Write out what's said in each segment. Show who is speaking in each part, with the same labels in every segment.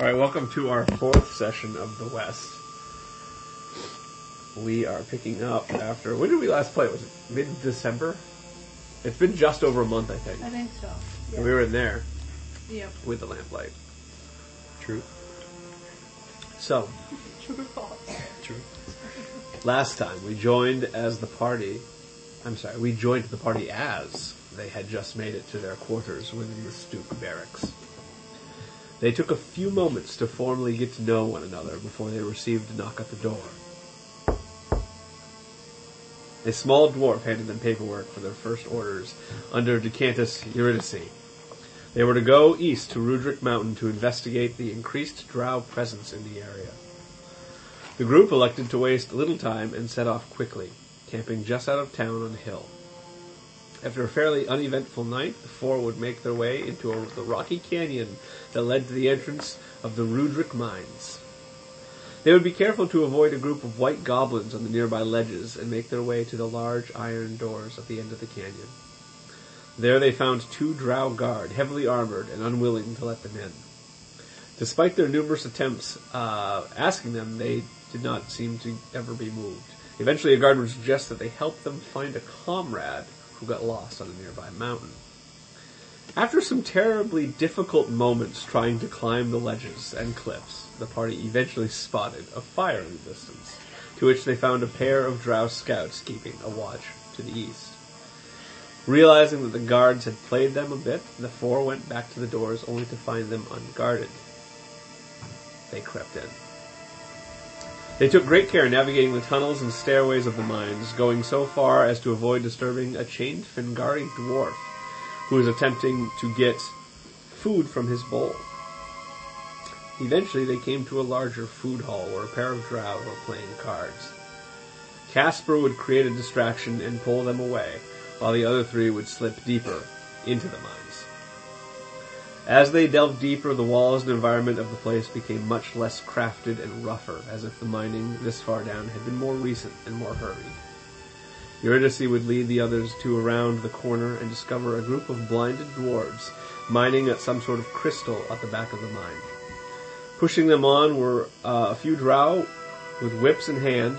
Speaker 1: All right, welcome to our fourth session of the West. We are picking up after when did we last play? Was it mid December? It's been just over a month, I think.
Speaker 2: I think so.
Speaker 1: We were in there
Speaker 2: Yep.
Speaker 1: with the lamplight.
Speaker 3: True.
Speaker 1: So
Speaker 2: True or false?
Speaker 3: True.
Speaker 1: last time we joined as the party. I'm sorry, we joined the party as they had just made it to their quarters within the Stuke barracks. They took a few moments to formally get to know one another before they received a knock at the door. A small dwarf handed them paperwork for their first orders under Decantus Eurydice. They were to go east to Rudrick Mountain to investigate the increased drow presence in the area. The group elected to waste little time and set off quickly, camping just out of town on a hill. After a fairly uneventful night, the four would make their way into a, the rocky canyon that led to the entrance of the Rudrick Mines. They would be careful to avoid a group of white goblins on the nearby ledges and make their way to the large iron doors at the end of the canyon. There they found two drow guard, heavily armored and unwilling to let them in. Despite their numerous attempts uh, asking them, they did not seem to ever be moved. Eventually, a guard would suggest that they help them find a comrade who got lost on a nearby mountain. After some terribly difficult moments trying to climb the ledges and cliffs, the party eventually spotted a fire in the distance, to which they found a pair of drow scouts keeping a watch to the east. Realizing that the guards had played them a bit, the four went back to the doors only to find them unguarded. They crept in. They took great care navigating the tunnels and stairways of the mines, going so far as to avoid disturbing a chained Fingari dwarf who was attempting to get food from his bowl. Eventually, they came to a larger food hall where a pair of drow were playing cards. Casper would create a distraction and pull them away, while the other three would slip deeper into the mines. As they delved deeper, the walls and environment of the place became much less crafted and rougher, as if the mining this far down had been more recent and more hurried. Eurydice would lead the others to around the corner and discover a group of blinded dwarves mining at some sort of crystal at the back of the mine. Pushing them on were uh, a few drow with whips in hand,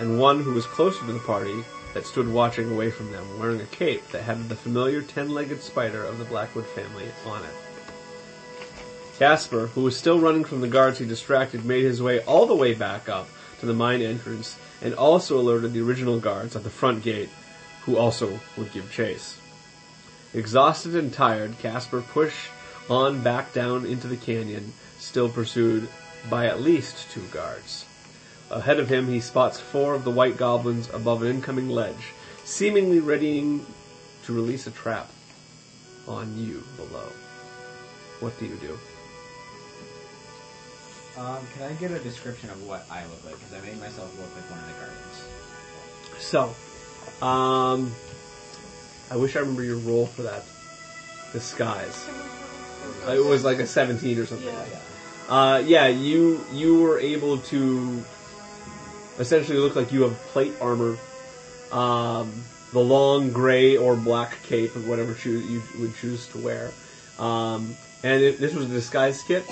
Speaker 1: and one who was closer to the party that stood watching away from them, wearing a cape that had the familiar ten-legged spider of the Blackwood family on it. Casper, who was still running from the guards he distracted, made his way all the way back up to the mine entrance and also alerted the original guards at the front gate, who also would give chase. Exhausted and tired, Casper pushed on back down into the canyon, still pursued by at least two guards. Ahead of him, he spots four of the white goblins above an incoming ledge, seemingly readying to release a trap on you below. What do you do?
Speaker 4: Um, can I get a description of what I look like? Because I made myself look like one of the guardians.
Speaker 1: So, um, I wish I remember your role for that disguise. It was like a 17 or something
Speaker 2: Yeah.
Speaker 1: like that. Uh, yeah, you you were able to essentially look like you have plate armor, um, the long gray or black cape, or whatever choo- you would choose to wear. Um, and it, this was a disguise kit,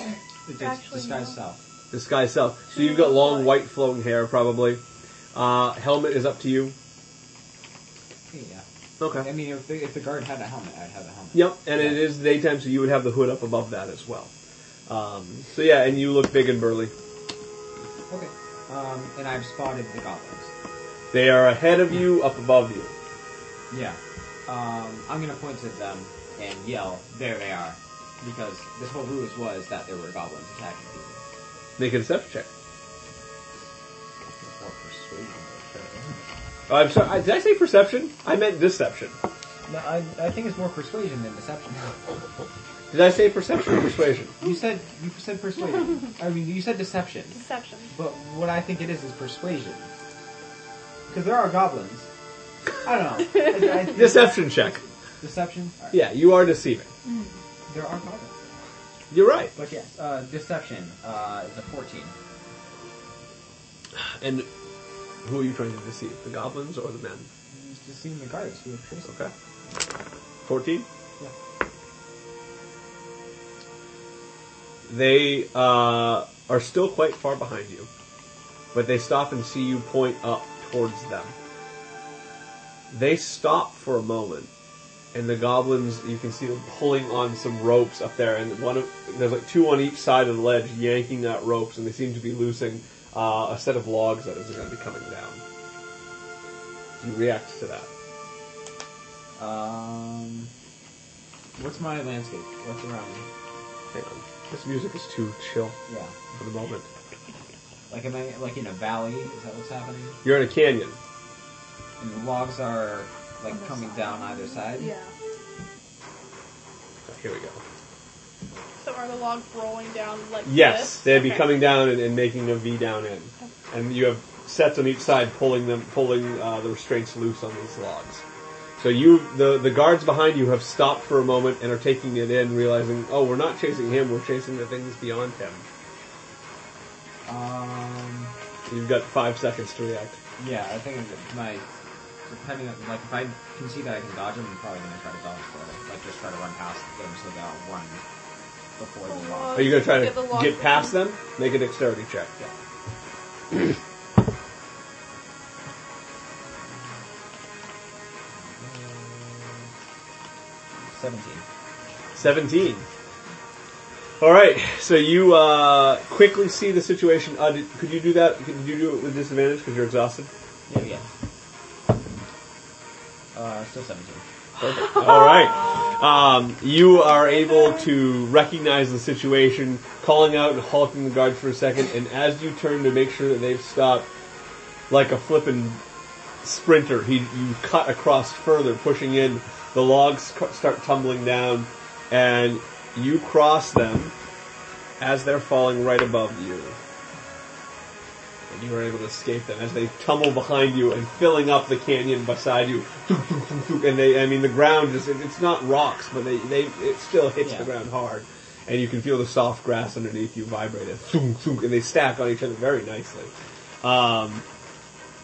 Speaker 4: It dis-
Speaker 2: Actually,
Speaker 4: disguise
Speaker 2: no.
Speaker 4: self.
Speaker 1: disguise self. So you've got long white flowing hair, probably. Uh, helmet is up to you.
Speaker 4: Yeah.
Speaker 1: Okay.
Speaker 4: I mean, if the, if the guard had a helmet, I'd have a helmet.
Speaker 1: Yep, and it is daytime, so you would have the hood up above that as well. Um, so yeah, and you look big and burly.
Speaker 4: Okay. Um, and I've spotted the goblins.
Speaker 1: They are ahead of you, up above you.
Speaker 4: Yeah. Um, I'm gonna point to them and yell, "There they are!" Because this whole ruse was that there were goblins attacking people.
Speaker 1: Make a deception check.
Speaker 4: Or persuasion.
Speaker 1: Oh, I'm sorry. I, did I say perception? I meant deception.
Speaker 4: No, I, I think it's more persuasion than deception.
Speaker 1: Did I say perception or persuasion?
Speaker 4: you said you said persuasion. I mean, you said deception.
Speaker 2: Deception.
Speaker 4: But what I think it is is persuasion. Because there are goblins. I don't know. I- I-
Speaker 1: Deception check.
Speaker 4: deception? Alright.
Speaker 1: Yeah, you are deceiving.
Speaker 4: There are goblins.
Speaker 1: You're right.
Speaker 4: But yes, uh, deception uh, is a 14.
Speaker 1: And who are you trying to deceive? The goblins or the men?
Speaker 4: Just seeing the guards who have chased
Speaker 1: Okay. Fourteen.
Speaker 4: Yeah.
Speaker 1: They uh, are still quite far behind you, but they stop and see you point up towards them. They stop for a moment, and the goblins you can see them pulling on some ropes up there, and one of there's like two on each side of the ledge yanking at ropes, and they seem to be loosing uh, a set of logs that is going to be coming down. You react to that.
Speaker 4: Um, what's my landscape? What's around me?
Speaker 1: Hang on. This music is too chill
Speaker 4: Yeah.
Speaker 1: for the moment.
Speaker 4: Like am I like in a valley? Is that what's happening?
Speaker 1: You're in a canyon.
Speaker 4: And the logs are
Speaker 2: On
Speaker 4: like
Speaker 2: the
Speaker 4: coming
Speaker 2: side.
Speaker 4: down either side.
Speaker 2: Yeah.
Speaker 1: Here we go.
Speaker 2: So are the logs rolling down like
Speaker 1: Yes,
Speaker 2: this?
Speaker 1: they'd be
Speaker 2: Okay.
Speaker 1: coming down and, and making a V down in, and you have sets on each side pulling them, pulling uh, the restraints loose on these logs. So you, the the guards behind you, have stopped for a moment and are taking it in, realizing, oh, we're not chasing him, we're chasing the things beyond him.
Speaker 4: Um.
Speaker 1: You've got five seconds to react.
Speaker 4: Yeah, I think that my depending on like if I can see that I can dodge them, I'm probably gonna try to dodge for it. Like just try to run past them so that I'll run before the
Speaker 1: Are
Speaker 4: log.
Speaker 1: Oh, you going to try
Speaker 2: Get the
Speaker 1: to
Speaker 2: logs
Speaker 1: get past them? Make a dexterity check.
Speaker 4: Yeah. Seventeen.
Speaker 1: Seventeen. All right, so you uh, quickly see the situation. Uh, did, could you do that? Could you do it with disadvantage because you're exhausted?
Speaker 4: Yeah, yeah. Uh, still seventeen.
Speaker 1: Perfect. All right. Um, you are able to recognize the situation, calling out and halting the guard for a second, and as you turn to make sure that they've stopped, like a flippin' sprinter, he you cut across further, pushing in. The logs cu- start tumbling down, and you cross them as they're falling right above you. And you are able to escape them as they tumble behind you and filling up the canyon beside you. And they, I mean, the ground just, it's not rocks, but they, they, it still hits the
Speaker 4: Yeah.
Speaker 1: ground hard. And you can feel the soft grass underneath you vibrate it. Thunk, thunk, And they stack on each other very nicely. Um,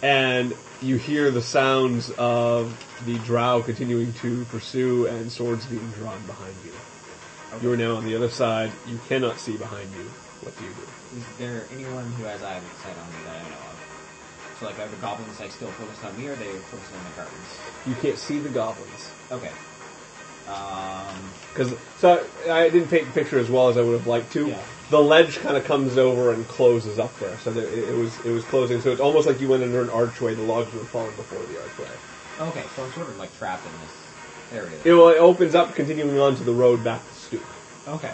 Speaker 1: and you hear the sounds of the drow continuing to pursue and swords being drawn behind you. You are now on the other side. You cannot see behind you. What do you do?
Speaker 4: Is there anyone who has eyes sight on me that I know of? So like, are the goblins like still focused on me, or are they focused on the gardens?
Speaker 1: You can't see the goblins.
Speaker 4: Okay. Um.
Speaker 1: Because so I didn't paint the picture as well as I would have liked to.
Speaker 4: Yeah.
Speaker 1: The ledge kind of comes over and closes up there, so that it, it was it was closing. So it's almost like you went under an archway. The logs were falling before the archway.
Speaker 4: Okay, so I'm sort of like trapped in this area.
Speaker 1: It, well, it opens up, continuing on to the road back to Stoop.
Speaker 4: okay.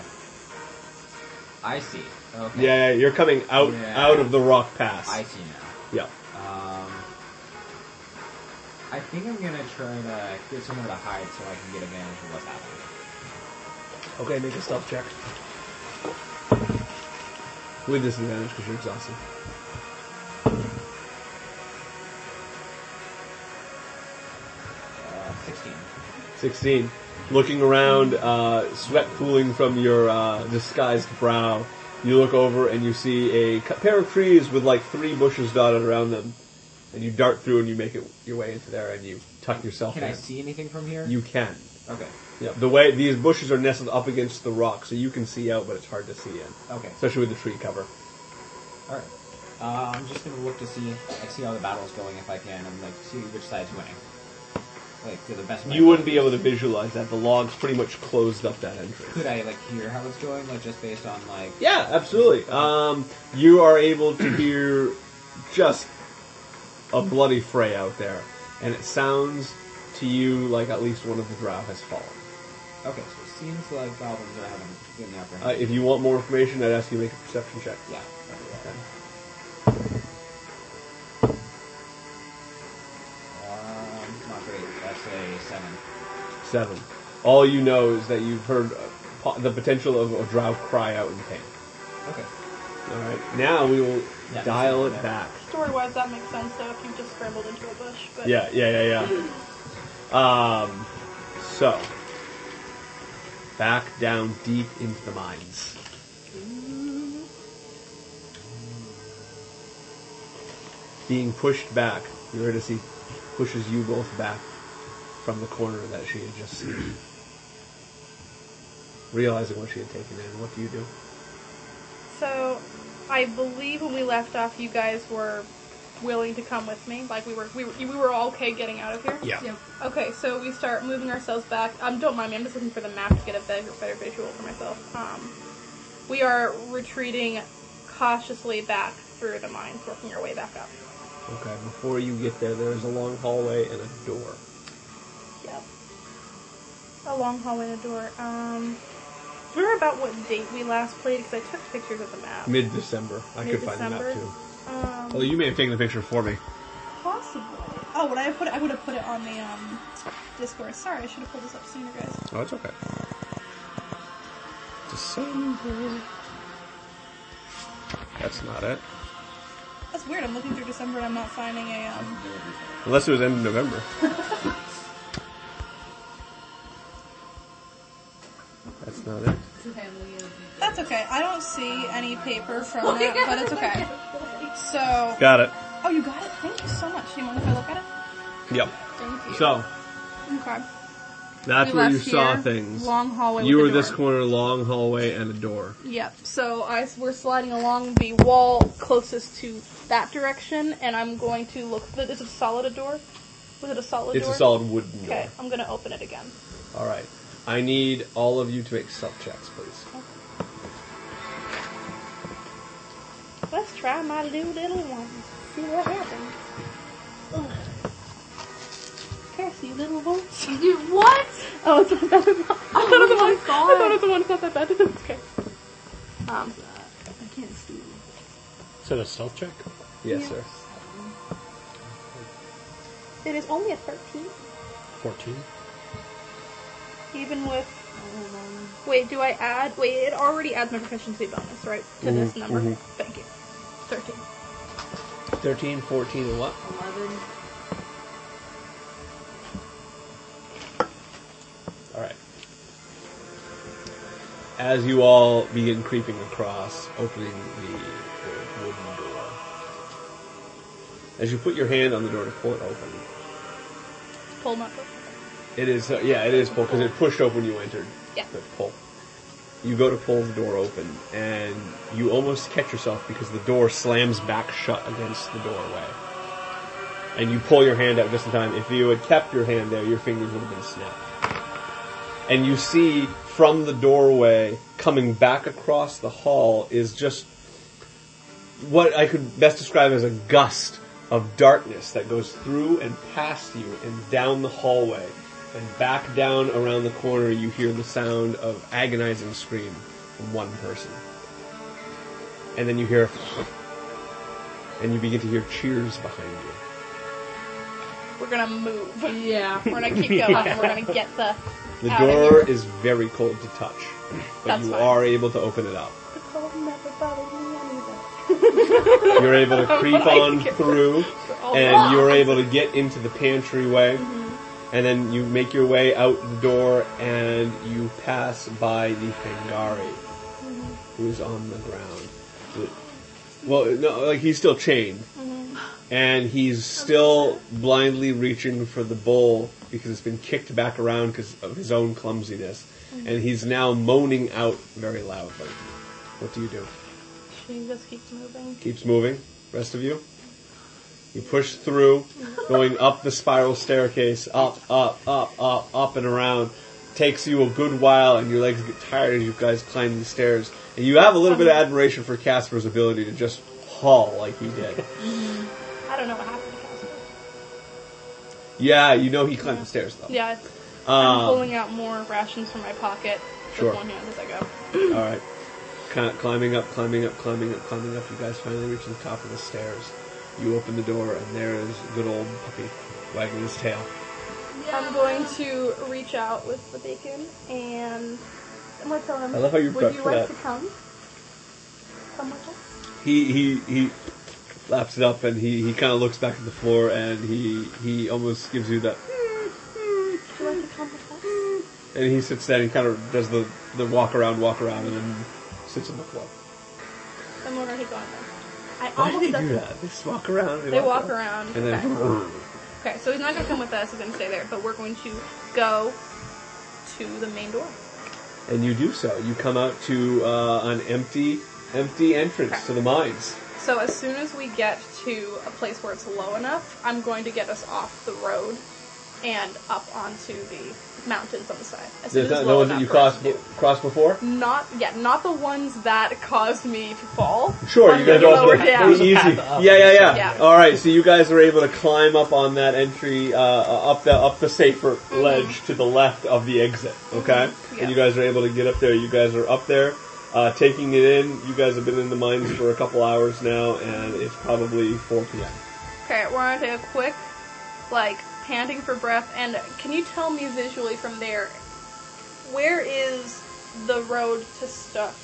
Speaker 4: I see. Okay.
Speaker 1: Yeah, you're coming out
Speaker 4: Yeah.
Speaker 1: out of the rock pass.
Speaker 4: I see now.
Speaker 1: Yeah.
Speaker 4: Um. I think I'm gonna try to get somewhere to hide so I can get advantage of what's happening.
Speaker 1: Okay, make a stealth check. With disadvantage because you're exhausted.
Speaker 4: Uh, Sixteen.
Speaker 1: 16. Looking around, uh, sweat pooling from your uh, disguised brow, you look over and you see a cu- pair of trees with like three bushes dotted around them. And you dart through and you make it your way into there and you tuck yourself
Speaker 4: Can
Speaker 1: in.
Speaker 4: I see anything from here?
Speaker 1: You can.
Speaker 4: Okay.
Speaker 1: Yeah. The way these bushes are nestled up against the rock, so you can see out, but it's hard to see in,
Speaker 4: Okay.
Speaker 1: especially with the tree cover.
Speaker 4: All right. Uh, I'm just gonna look to see, like, see how the battle's going if I can, and like see which side's winning. Like, to the best. of my
Speaker 1: You wouldn't be
Speaker 4: ability.
Speaker 1: able to visualize that. The logs pretty much closed up that entrance.
Speaker 4: Could I like hear how it's going, like just based on like?
Speaker 1: Yeah, absolutely. Um, you are able to hear just a bloody fray out there, and it sounds to you like at least one of the drow has fallen.
Speaker 4: Okay, so it seems like goblins are having good an upper
Speaker 1: Uh,
Speaker 4: hand.
Speaker 1: if you want more information, I'd ask you to make a perception check.
Speaker 4: yeah. Um, not great. That's a seven.
Speaker 1: Seven. All you know is that you've heard uh, po- the potential of a drow cry out in pain.
Speaker 4: Okay.
Speaker 1: All right. Now we will
Speaker 4: Yeah,
Speaker 1: dial it
Speaker 4: that's-
Speaker 1: back.
Speaker 2: Story wise, that makes sense though if you just scrambled into a bush. But
Speaker 1: Yeah, yeah, yeah, yeah. Um, so back down deep into the mines. Being pushed back, Eurydice pushes you both back from the corner that she had just seen. Realizing what she had taken in, what do you do?
Speaker 2: So, I believe when we left off, you guys were willing to come with me. Like we were, we were, we were all okay getting out of here.
Speaker 1: Yeah.
Speaker 3: Yep.
Speaker 2: Okay, so we start moving ourselves back. Um, don't mind me. I'm just looking for the map to get a better, better visual for myself. Um, we are retreating cautiously back through the mines, working our way back up.
Speaker 1: Okay, before you get there, there is a long hallway and a door.
Speaker 2: Yep. A long hallway and a door. Um, do you remember about what date we last played? Because I took pictures of the map.
Speaker 1: Mid December. I could find the map
Speaker 2: Mid-December?
Speaker 1: too.
Speaker 2: Um,
Speaker 1: Well, you may have taken the picture for me.
Speaker 2: possible. Oh, would I have put it? I would have put it on the um, Discord. Sorry, I should have pulled this up sooner, guys.
Speaker 1: Oh, it's okay. December. That's not it.
Speaker 2: That's weird. I'm looking through December and I'm not finding a. Um,
Speaker 1: Unless it was end of November. That's not it.
Speaker 2: that's okay. I don't see any paper from that, but it's okay. So.
Speaker 1: Got it.
Speaker 2: Oh, you got it. Thank you so much. Do you mind if I look at it?
Speaker 1: Yep.
Speaker 2: Thank you.
Speaker 1: So
Speaker 2: okay.
Speaker 1: that's
Speaker 2: We
Speaker 1: where you
Speaker 2: left
Speaker 1: saw
Speaker 2: here,
Speaker 1: things.
Speaker 2: Long hallway.
Speaker 1: you
Speaker 2: with
Speaker 1: were
Speaker 2: a
Speaker 1: this
Speaker 2: door.
Speaker 1: corner, long hallway, and a door.
Speaker 2: Yep. So I we're sliding along the wall closest to that direction, and I'm going to look. Is it solid a door? Was it a solid
Speaker 1: It's
Speaker 2: door?
Speaker 1: a solid wooden door.
Speaker 2: Okay, I'm gonna open it again.
Speaker 1: All right. I need all of you to make self checks, please.
Speaker 2: Let's try my new little one. See what happens. Ugh. Curse you, little one.
Speaker 3: You did what?
Speaker 2: Oh, it's not that bad. I thought it was the
Speaker 3: my
Speaker 2: one. I
Speaker 3: God.
Speaker 2: thought it was the one. It's not that bad. It's okay. Um,
Speaker 3: I can't see.
Speaker 5: Is that a stealth check?
Speaker 1: Yes,
Speaker 2: Yeah.
Speaker 1: sir.
Speaker 2: it is only a 13,
Speaker 5: 14.
Speaker 2: even with. Wait, do I add? Wait, it already adds my proficiency bonus, right, to
Speaker 1: Mm-hmm,
Speaker 2: this number? Thank you. 13.
Speaker 1: 13, 14, and what?
Speaker 3: Eleven.
Speaker 1: All right. As you all begin creeping across, opening the, the wooden door, as you put your hand on the door to pull it open,
Speaker 2: Pull my.
Speaker 1: it is uh, yeah, it is pull because it pushed open when you entered.
Speaker 2: Yeah.
Speaker 1: But pull. You go to pull the door open, and you almost catch yourself because the door slams back shut against the doorway. And you pull your hand out just in time. If you had kept your hand there, your fingers would have been snapped. And you see from the doorway, coming back across the hall, is just what I could best describe as a gust of darkness that goes through and past you and down the hallway and back down around the corner you hear the sound of agonizing scream from one person and then you hear and you begin to hear cheers behind you
Speaker 2: We're gonna move.
Speaker 3: Yeah.
Speaker 2: We're gonna keep going. We're gonna get the.
Speaker 1: the
Speaker 2: out of
Speaker 1: door
Speaker 2: here.
Speaker 1: is very cold to touch but
Speaker 2: That's
Speaker 1: you
Speaker 2: fine.
Speaker 1: are able to open it up
Speaker 2: The cold never bothered me either.
Speaker 1: you're able to creep
Speaker 2: What I
Speaker 1: on
Speaker 2: get.
Speaker 1: through
Speaker 2: all
Speaker 1: and
Speaker 2: wrong.
Speaker 1: you're able to get into the pantry way and then you make your way out the door and you pass by the Hangari who's on the ground well no like he's still chained and he's still blindly reaching for the bowl because it's been kicked back around because of his own clumsiness and he's now moaning out very loudly what do you do
Speaker 2: She just keeps moving.
Speaker 1: keeps moving. Rest of you, you push through, going up the spiral staircase, up, up, up, up, up and around. Takes you a good while, and your legs get tired as you guys climb the stairs. And you have a little bit of admiration for Casper's ability to just haul like he did.
Speaker 2: I don't know what happened to Casper.
Speaker 1: Yeah, you know he climbed the stairs though.
Speaker 2: Yeah, I'm
Speaker 1: Um,
Speaker 2: pulling out more rations from my pocket
Speaker 1: Sure.
Speaker 2: with one hand as I go.
Speaker 1: All right. Cl- climbing up, climbing up, climbing up, climbing up. You guys finally reach the top of the stairs. You open the door, and there is good old puppy wagging his tail.
Speaker 2: I'm going to reach out with the bacon and I'm going to tell him.
Speaker 1: I love how you
Speaker 2: Would
Speaker 1: prepped
Speaker 2: you
Speaker 1: for
Speaker 2: like
Speaker 1: that.
Speaker 2: to come? Come with us.
Speaker 1: he he he laps it up and he he kind of looks back at the floor and he he almost gives you that
Speaker 2: Would you like to come with us?
Speaker 1: and he sits down and kind of does the the walk around walk around and then sits on the floor
Speaker 2: I'm wondering if he gone then. I
Speaker 1: why do
Speaker 2: almost
Speaker 1: they
Speaker 2: done
Speaker 1: do that they just walk around
Speaker 2: They walk around.
Speaker 1: and then
Speaker 2: okay. okay, so he's not going to come with us. He's going to stay there, but we're going to go to the main door.
Speaker 1: and you do so you come out to uh, an empty empty entrance
Speaker 2: Okay.
Speaker 1: to the mines.
Speaker 2: So as soon as we get to a place where it's low enough, I'm going to get us off the road and up onto the mountains on the side. As soon
Speaker 1: There's
Speaker 2: as
Speaker 1: not,
Speaker 2: low
Speaker 1: no ones that
Speaker 2: enough
Speaker 1: you
Speaker 2: for us
Speaker 1: crossed,
Speaker 2: to
Speaker 1: be- crossed before?
Speaker 2: do. Not yeah, not the ones that caused me to fall.
Speaker 1: Sure,
Speaker 2: I'm
Speaker 1: you guys
Speaker 2: gonna
Speaker 1: all
Speaker 2: lower
Speaker 1: pretty
Speaker 2: down.
Speaker 1: easy.
Speaker 5: Path
Speaker 1: Yeah,
Speaker 5: up.
Speaker 1: yeah, yeah,
Speaker 2: Yeah.
Speaker 1: All right, so you guys are able to climb up on that entry, uh, uh, up the up the safer ledge to the left of the exit. Okay,
Speaker 2: Mm-hmm. Yeah.
Speaker 1: and you guys are able to get up there. You guys are up there, uh, taking it in. You guys have been in the mines for a couple hours now, and it's probably four p.m.
Speaker 2: Okay, we're gonna take a quick, like, panting for breath, and can you tell me visually from there, where is the road to Stuck?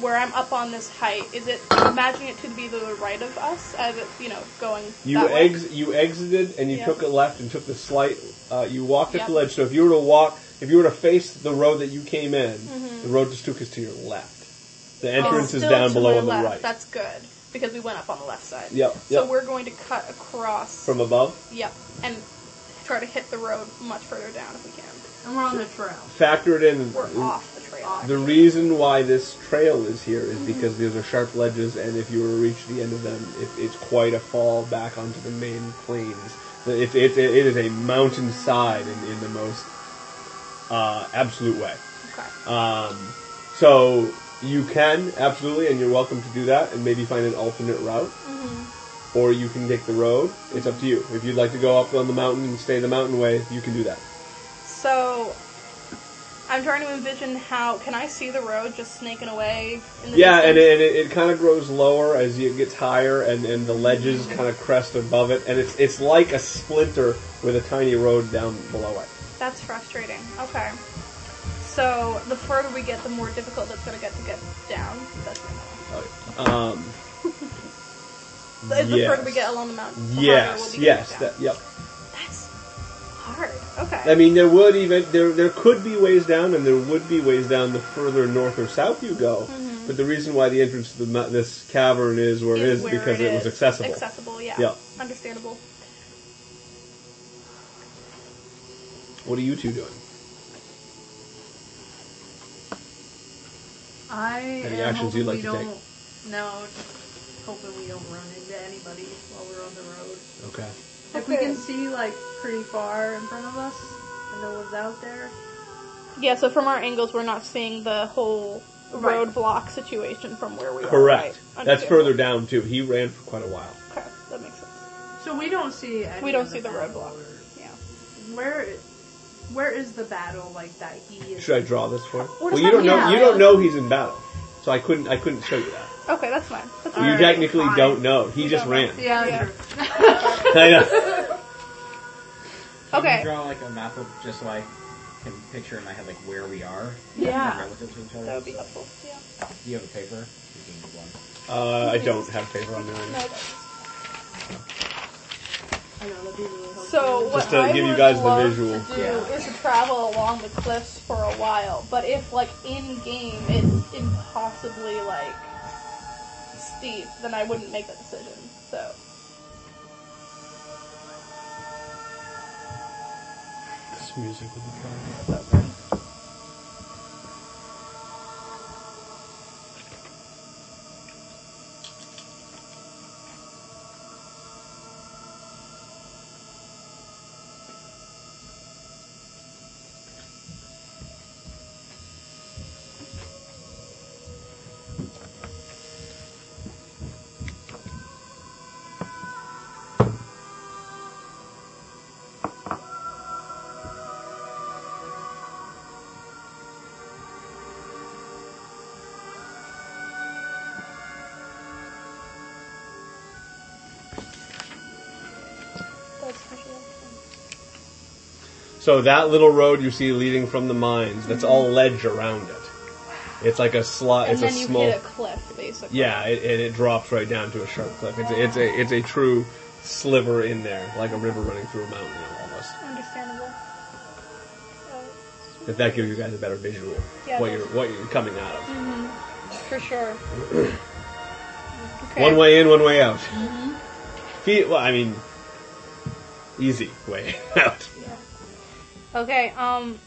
Speaker 2: Where I'm up on this height, is it I'm imagining it to be to the right of us as it's you know going?
Speaker 1: You
Speaker 2: that way?
Speaker 1: ex- you exited and you
Speaker 2: Yeah.
Speaker 1: took a left and took the slight. Uh, you walked up the
Speaker 2: Yeah.
Speaker 1: ledge. So if you were to walk, if you were to face the road that you came in, the road to Stuk is to your left. The
Speaker 2: Oh,
Speaker 1: entrance is
Speaker 2: Mm-hmm. still
Speaker 1: down
Speaker 2: to
Speaker 1: below
Speaker 2: my
Speaker 1: on the
Speaker 2: left.
Speaker 1: right.
Speaker 2: That's good because we went up on the left side.
Speaker 1: Yep,
Speaker 2: So
Speaker 1: yep.
Speaker 2: we're going to cut across.
Speaker 1: From above.
Speaker 2: yep, and try to hit the road much further down if we can.
Speaker 3: And we're on the trail.
Speaker 1: Factored in.
Speaker 2: We're off the trail.
Speaker 1: The reason why this trail is here
Speaker 2: Mm-hmm.
Speaker 1: is because these are sharp ledges, and if you were to reach the end of them, it, it's quite a fall back onto the main plains. The- It, it, it is a mountainside in, in the most uh, absolute way.
Speaker 2: Okay.
Speaker 1: Um, so you can absolutely, and you're welcome to do that, and maybe find an alternate route,
Speaker 2: Mm-hmm.
Speaker 1: or you can take the road. It's up to you. If you'd like to go up on the mountain and stay the mountain way, you can do that.
Speaker 2: So I'm trying to envision how can I see the road just snaking away? In the
Speaker 1: Yeah, and
Speaker 2: distance?
Speaker 1: it, and it, it kind of grows lower as it gets higher, and, and the ledges kind of crest above it, and it's it's like a splinter with a tiny road down below it.
Speaker 2: that's frustrating. Okay. So the further we get, the more difficult it's gonna get to get down. That's
Speaker 1: Um,
Speaker 2: the, the further we
Speaker 1: Yes.
Speaker 2: get along the mountain, the harder
Speaker 1: yes,
Speaker 2: it will be to get
Speaker 1: yes,
Speaker 2: down.
Speaker 1: that, yep.
Speaker 2: that's hard. Okay.
Speaker 1: I mean, there would even there there could be ways down, and there would be ways down the further north or south you go. But the reason why the entrance to the, mo- this cavern is where it is
Speaker 2: where
Speaker 1: because it, was
Speaker 2: Mm-hmm. is.
Speaker 1: accessible.
Speaker 2: Accessible, yeah.
Speaker 1: Yeah.
Speaker 2: Understandable.
Speaker 1: What are you two doing?
Speaker 3: I
Speaker 1: Any
Speaker 3: am
Speaker 1: actions you'd
Speaker 3: hoping we
Speaker 1: like to
Speaker 3: don't. No, just hoping we don't run into anybody while we're on the road.
Speaker 1: Okay.
Speaker 3: If we
Speaker 2: Okay.
Speaker 3: can see like pretty far in front of us and no one's out there,
Speaker 2: Yeah, so from our angles, we're not seeing the whole
Speaker 3: Right.
Speaker 2: roadblock situation from where we are.
Speaker 1: Correct.
Speaker 2: right?
Speaker 1: That's
Speaker 2: Understandable.
Speaker 1: further down too. He ran for quite a while.
Speaker 2: Okay, that makes sense.
Speaker 3: so we don't see. Any
Speaker 2: We don't
Speaker 3: of
Speaker 2: see the
Speaker 3: battle
Speaker 2: roadblock.
Speaker 3: or-
Speaker 2: Yeah.
Speaker 3: Where, where is the battle like that? He is.
Speaker 1: Should I draw this for? you?
Speaker 2: What
Speaker 1: Well,
Speaker 2: if
Speaker 1: you
Speaker 2: I-
Speaker 1: don't know.
Speaker 3: yeah.
Speaker 1: You don't know he's in battle, so I couldn't. I couldn't show you that.
Speaker 2: Okay, that's fine. That's
Speaker 1: you
Speaker 2: fine.
Speaker 3: Alright,
Speaker 1: technically
Speaker 3: fine.
Speaker 1: don't know. He just
Speaker 2: don't
Speaker 1: ran.
Speaker 3: Yeah.
Speaker 2: Yeah.
Speaker 1: I know.
Speaker 4: Can
Speaker 2: Okay.
Speaker 4: You draw like a map of just so I can picture in my head like where we are.
Speaker 3: Yeah.
Speaker 4: Relative to each other.
Speaker 2: That would be helpful. Yeah.
Speaker 4: Do you have a paper? You can use one.
Speaker 1: Uh, I don't have favor on
Speaker 2: No,
Speaker 1: there.
Speaker 2: that's-
Speaker 3: I know that'd be really helpful.
Speaker 2: So what
Speaker 1: Just to
Speaker 2: I
Speaker 1: give you
Speaker 2: would
Speaker 1: guys the
Speaker 2: love
Speaker 1: visual.
Speaker 2: to do
Speaker 4: Yeah.
Speaker 2: is to travel along the cliffs for a while. But if like in game it's impossibly like steep, then I wouldn't make that decision. So
Speaker 5: This music would be fun.
Speaker 2: that's okay. That's
Speaker 1: So that little road you see leading from the mines, that's all ledge around it. It's like a slot.
Speaker 2: Mm-hmm. and
Speaker 1: It's a
Speaker 2: then you
Speaker 1: small.
Speaker 2: hit a cliff basically.
Speaker 1: Yeah, it, and it drops right down to a sharp cliff. It's a, it's a it's a true sliver in there, like a river running through a mountain almost.
Speaker 2: Understandable.
Speaker 1: If that gives you guys a better visual
Speaker 2: Yeah,
Speaker 1: what
Speaker 2: it
Speaker 1: you're
Speaker 2: does.
Speaker 1: what you're coming out of.
Speaker 2: For sure. okay. Mm-hmm.
Speaker 1: One way in, one way out. Feet. Well, I mean, easy way out.
Speaker 2: Okay, um.